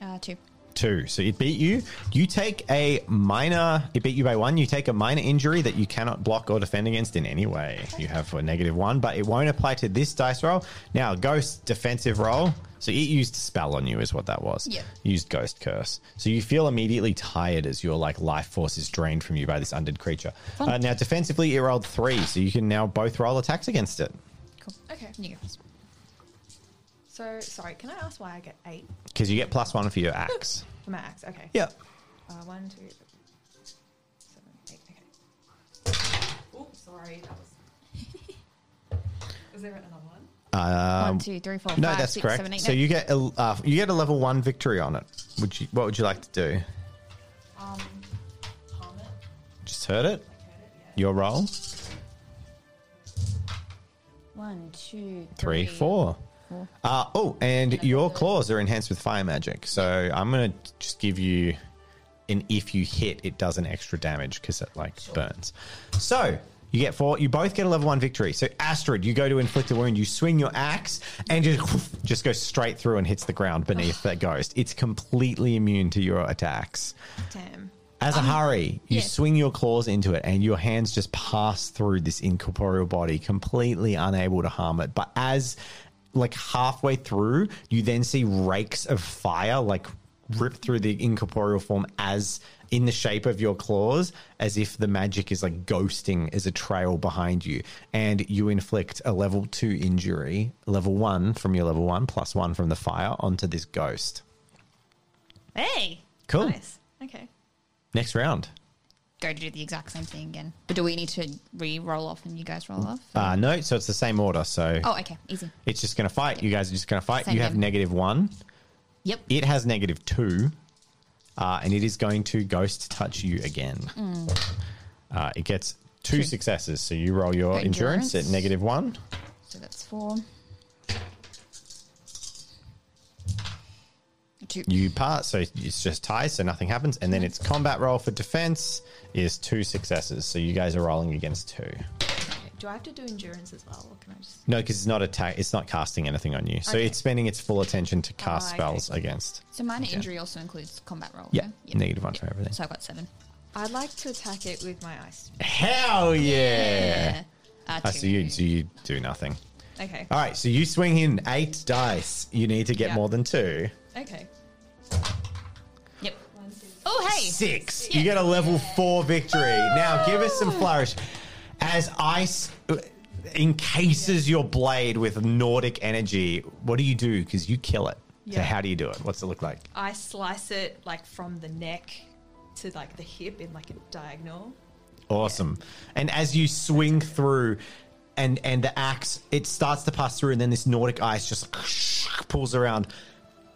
B: Uh, two.
A: Two. So it beat you. You take a minor, it beat you by one. You take a minor injury that you cannot block or defend against in any way. You have a negative one, but it won't apply to this dice roll. Now, ghost defensive roll. So it used spell on you, is what that was.
B: Yeah.
A: Used ghost curse. So you feel immediately tired as your like life force is drained from you by this undead creature. Uh, now, defensively, it rolled three, so you can now both roll attacks against it
B: Cool.
C: Okay.
B: You go first.
C: So sorry. Can I ask why I get eight
A: because you get plus one for your axe.
C: for my axe? Okay.
A: Yep.
C: Uh, one, two, three, seven, eight. Okay.
J: Oh, sorry. That was. Is there another one?
B: One, two, three, four,
A: Um, No,
B: five,
A: that's
B: six,
A: correct.
B: seven, eight,
A: so
B: nine.
A: you get a uh, you get a level one victory on it. Would you? What would you like to do?
J: Um, palm it.
A: Just hurt it. Your roll
B: One, two,
A: three, four. Uh, oh, and your claws are enhanced with fire magic. So I'm gonna just give you an if you hit, it does an extra damage because it like burns. So you get four. You both get a level one victory. So Astrid, you go to inflict a wound. You swing your axe and just just goes straight through and hits the ground beneath that ghost. It's completely immune to your attacks.
C: Damn.
A: As a hurry, you
B: yeah.
A: swing your claws into it, and your hands just pass through this incorporeal body, completely unable to harm it. But as like halfway through, you then see rakes of fire like rip through the incorporeal form as in the shape of your claws, as if the magic is like ghosting as a trail behind you. And you inflict a level two injury, level one from your level one, plus one from the fire onto this ghost.
B: Hey,
A: Cool.
C: Nice. Okay.
A: Next round.
B: go to do the exact same thing again. But do we need to re-roll off and you guys roll off?
A: Uh, no, so it's the same order. So
B: oh, okay, easy.
A: It's just going to fight. You guys are just going to fight.
B: Same
A: you have
B: game.
A: negative one.
B: Yep.
A: It has negative two. Uh, and it is going to ghost touch you again. Uh, it gets two
B: Two.
A: successes. So you roll your
B: Got
A: endurance.
B: endurance.
A: at negative one.
B: So that's four. Two.
A: You pass. So it's just ties. So nothing happens. And then its combat roll for defense is two successes. So you guys are rolling against two.
C: Okay. Do I have to do endurance as well, or can I just?
A: No, because it's not attack. It's not casting anything on you. So
C: Okay.
A: it's spending its full attention to cast
C: okay.
A: spells against.
B: So minor injury also includes combat roll.
A: Yeah,
B: no?
A: negative one for everything.
B: So I got seven.
C: I'd like to attack it with my ice.
A: Hell yeah!
B: Uh,
A: I see you. So you do nothing.
C: Okay.
A: All right, so you swing in eight dice. You need to get
C: Yeah.
A: more than two.
C: Okay.
B: Yep. Oh hey.
A: Six. You get a level four victory. Now give us
C: Ah.
A: some flourish as ice uh, encases your blade with Nordic energy. What do you do? Because you kill it. So
C: Yeah.
A: how do you do it? What's it look like?
C: I slice it like from the neck to like the hip in like a diagonal.
A: Awesome. And as you swing through and and the axe it starts to pass through and then this Nordic ice just pulls around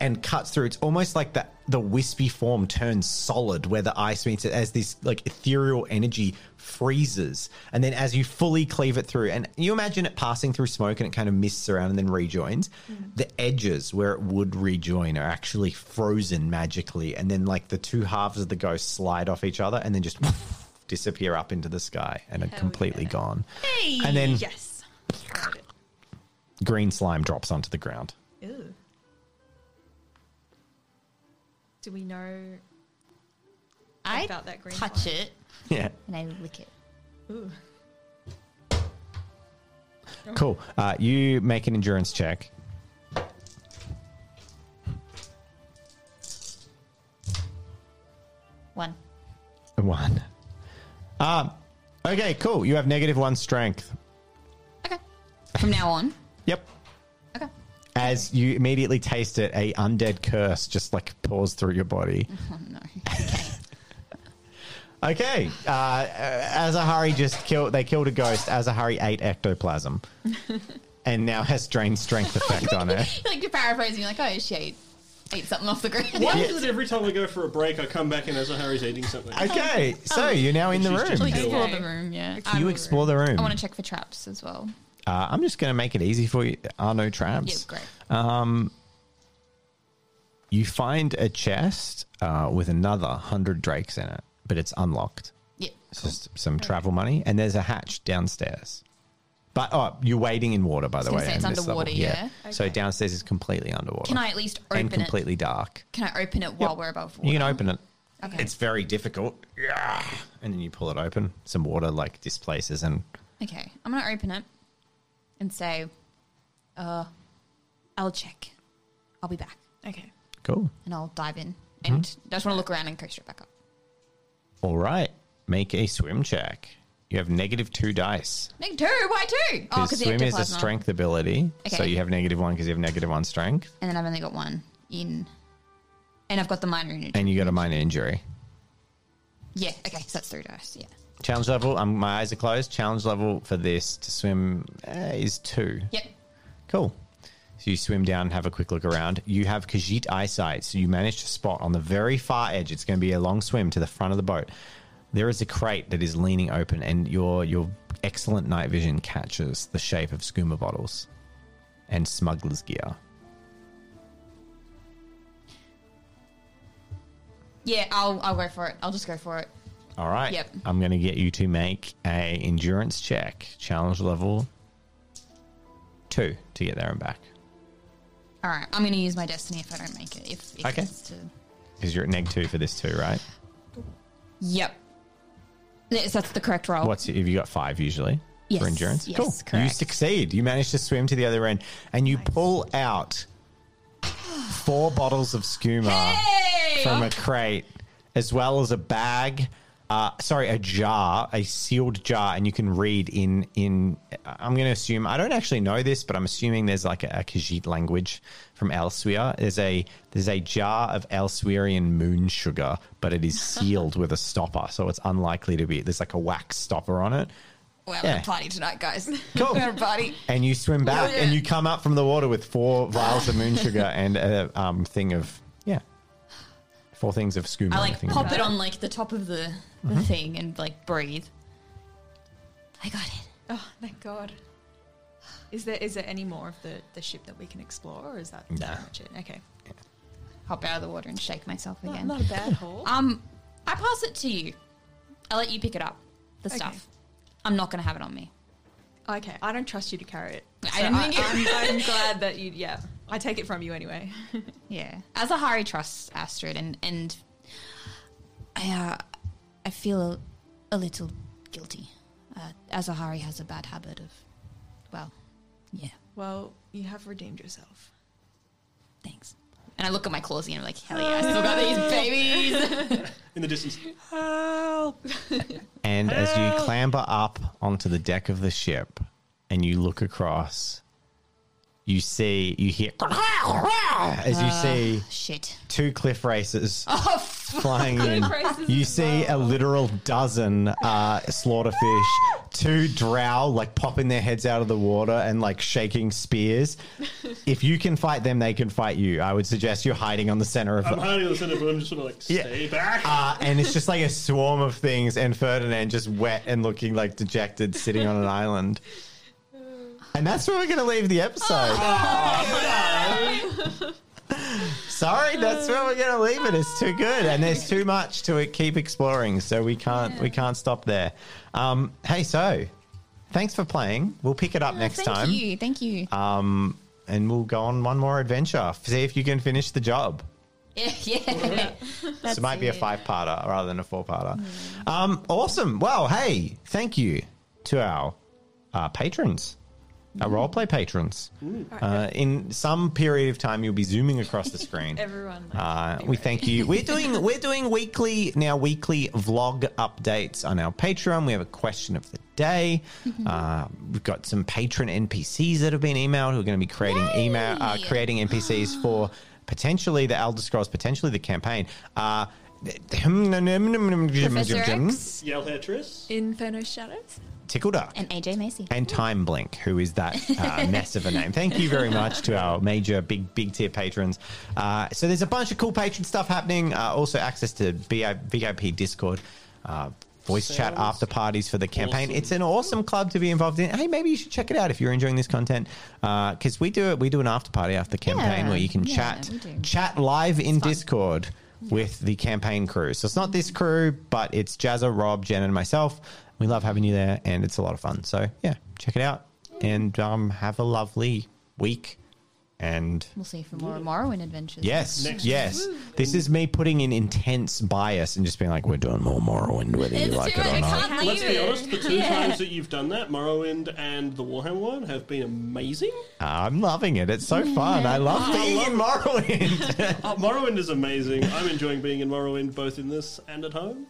A: and cuts through. It's almost like the the wispy form turns solid where the ice meets it as this like ethereal energy freezes. And then as you fully cleave it through, and you imagine it passing through smoke and it kind of mists around and then rejoins, the edges where it would rejoin are actually frozen magically. And then like the two halves of the ghost slide off each other and then just disappear up into the sky and are completely gone.
B: Hey!
A: And then
C: Yes.
A: green slime drops onto the ground.
C: Ew. Do we know?
B: I
C: about that green
B: touch
C: slime.
B: it
A: Yeah.
B: and I lick it.
C: Ooh.
A: Cool. Uh, you make an endurance check.
B: One.
A: One. Um, okay, cool. You have negative one strength.
B: Okay. From now on.
A: Yep.
B: Okay.
A: As you immediately taste it, a undead curse just like pours through your body.
B: Oh no.
A: Okay. Uh, Azahari just killed. They killed a ghost. Azahari ate ectoplasm, and now has drained strength effect on her.
B: like you're paraphrasing, you're like, oh, she ate, ate something off the ground.
D: Why is it every time we go for a break, I come back and Azahari's eating something?
A: Okay, so you're now in the
D: She's just
A: room.
B: Like,
D: Yeah.
B: explore the room, yeah. Um,
A: You explore the room.
B: I want to check for traps as well.
A: Uh, I'm just going to make it easy for you. There Are no
B: Yeah,
A: traps.
B: great.
A: You find a chest uh, with another hundred drakes in it, but it's unlocked.
B: Yeah.
A: It's just some travel money, and there's a hatch downstairs. But oh, you're wading in water, by the
B: gonna
A: way.
B: say
A: in
B: it's
A: this level.
B: underwater, yeah.
A: So downstairs is completely underwater.
B: Can I at least
A: and
B: open it?
A: completely dark.
B: Can I open it while we're above water?
A: You can open it.
B: Okay.
A: It's very difficult. Yeah. And then you pull it open. Some water like displaces and
B: Okay, I'm gonna open it and say, uh, I'll check. I'll be back,
C: Okay.
A: cool.
B: and I'll dive in. And
A: Hmm?
B: I just want to look around and go straight back up.
A: All right. Make a swim check. You have negative two dice.
B: Make two. Why two? Oh,
A: Because
B: because
A: swim is a
B: ectoplasm.
A: strength ability. So
B: Okay.
A: you have negative one because you have negative one strength.
B: And then I've only got one in, and I've got the minor in.
A: And you got a minor injury.
B: yeah. Okay, so that's three dice. Yeah.
A: Challenge level, um, my eyes are closed. Challenge level for this to swim uh, is two.
B: Yep.
A: Cool. So you swim down and have a quick look around. You have Khajiit eyesight, so you manage to spot on the very far edge. It's going to be a long swim to the front of the boat. There is a crate that is leaning open, and your your excellent night vision catches the shape of skooma bottles and smuggler's gear.
B: Yeah, I'll I'll go for it. I'll just go for it.
A: All right.
B: Yep.
A: I'm going to get you to make a endurance check, challenge level two, to get there and back
B: All right, I'm gonna use my destiny if I don't make it. If, if
A: Okay.
B: it's To,
A: because you're at neg two for this too, right?
B: yep. Yes, that's the correct roll.
A: What's have you got five usually
B: Oh. Yes,
A: for endurance?
B: yes,
A: cool. You
B: correct.
A: succeed. You manage to swim to the other end, and you pull out four bottles of skooma
B: Hey!
A: from a crate, as well as a bag. Uh, sorry, a jar, a sealed jar, and you can read in in. I'm going to assume I don't actually know this, but I'm assuming there's like a, a Khajiit language from elsewhere. There's a there's a jar of Elsewerian moon sugar, but it is sealed with a stopper, so it's unlikely to be. There's like a wax stopper on it.
B: We're
A: Yeah.
B: having a party tonight, guys.
A: Cool.
B: We're having a party.
A: And you swim back,
B: Yeah.
A: and you come up from the water with four vials of moon sugar and a um, thing of yeah, four things of skooma.
B: I
A: and a
B: like
A: thing of
B: pop
A: that.
B: it on like the top of the, the thing and like breathe. I got it.
C: Oh, thank God. Is there is there any more of the, the ship that we can explore, or is that pretty
A: Nah.
C: much it? Okay.
B: Hop out of the water and shake myself
C: Not,
B: again.
C: not a bad haul.
B: Um, I pass it to you. I'll let you pick it up. The stuff. I'm not gonna have it on me.
C: okay, I don't trust you to carry it.
B: I didn't think it-
C: am I'm glad that you. Yeah, I take it from you anyway.
B: Yeah. As a Hari trusts Astrid and and I uh, I feel a, a little guilty. Uh, Azahari has a bad habit of, well, yeah,
C: Well, you have redeemed yourself.
B: thanks. And I look at my closet and I'm like, hell yeah, I still got these babies.
D: In the distance.
A: And as you clamber up onto the deck of the ship and you look across, you see, you hear, as you see
B: Shit.
A: two cliff racers
B: Oh, f-
A: flying in.
J: races
A: You see a literal dozen uh, slaughterfish, two drow like popping their heads out of the water and like shaking spears. If you can fight them, they can fight you. I would suggest you're hiding on the center of
D: I'm
A: the.
D: hiding in the center, but I'm just gonna like stay back.
A: Uh, and it's just like a swarm of things, and Ferdinand just wet and looking like dejected, sitting on an island. And that's where we're going to leave the episode.
B: Oh.
A: Sorry, that's where we're going to leave it. It's too good, and there's too much to keep exploring, so we can't we can't stop there. Um, hey, so thanks for playing. We'll pick it up next
B: thank
A: time,
B: you. Thank you.
A: Um, and we'll go on one more adventure. See if you can finish the job.
B: yeah, yeah.
A: So it might be a
B: it.
A: five-parter rather than a four-parter. Um, awesome. Well, hey, thank you to our uh, patrons, our roleplay patrons. Uh, in some period of time, you'll be zooming across the screen.
C: Everyone.
A: Uh, we thank you. We're doing we're doing weekly now weekly vlog updates on our Patreon. We have a question of the day.
B: Mm-hmm.
A: Uh, we've got some patron NPCs that have been emailed who are going to be creating email uh,
B: Yay!
A: creating NPCs for potentially the Elder Scrolls, potentially the campaign. Uh, Professor
B: Professor X
D: Yell Hetris.
C: Inferno Shadows.
A: Tickle Duck.
B: and AJ Macy.
A: And Time Blink, who is that uh, mess of a name. Thank you very much to our major big big tier patrons. Uh, so there's a bunch of cool patron stuff happening. Uh, also access to BI VIP Discord. Uh, Voice chat
D: Sounds
A: after parties for the campaign.
D: awesome.
A: It's an awesome club to be involved in. Hey, maybe you should check it out if you're enjoying this content, because we do it. We do an after party after the campaign
B: Yeah.
A: where you can
B: Yeah,
A: chat,
B: we do.
A: chat live in Discord with the campaign crew. So it's not this crew, but it's Jazza, Rob, Jen, and myself. We love having you there, and it's a lot of fun. So yeah, check it out, and um, have a lovely week. And
B: We'll see you for more Morrowind adventures.
A: yes,
D: Next.
A: yes, this is me putting in intense bias and just being like, we're doing more Morrowind, whether you
B: It's
A: like
B: too-
A: it or
B: I
A: not.
B: can't leave
D: Let's be
B: it.
D: honest, the two times that you've done that, Morrowind and the Warhammer one, have been amazing.
A: I'm loving it. It's so fun. I love being in Morrowind.
D: Uh, Morrowind is amazing. I'm enjoying being in Morrowind both in this and at home.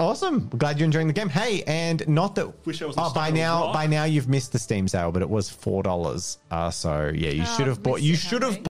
A: awesome. Glad you're enjoying the game. Hey, and not that.
D: Wish I wasn't
A: oh,
D: stuck
A: by
D: on a
A: now,
D: rock.
A: by now you've missed the Steam sale, but it was four dollars. Uh, so yeah, you should have bought.
C: missed
A: You
C: it,
A: should
C: have
A: have
C: we?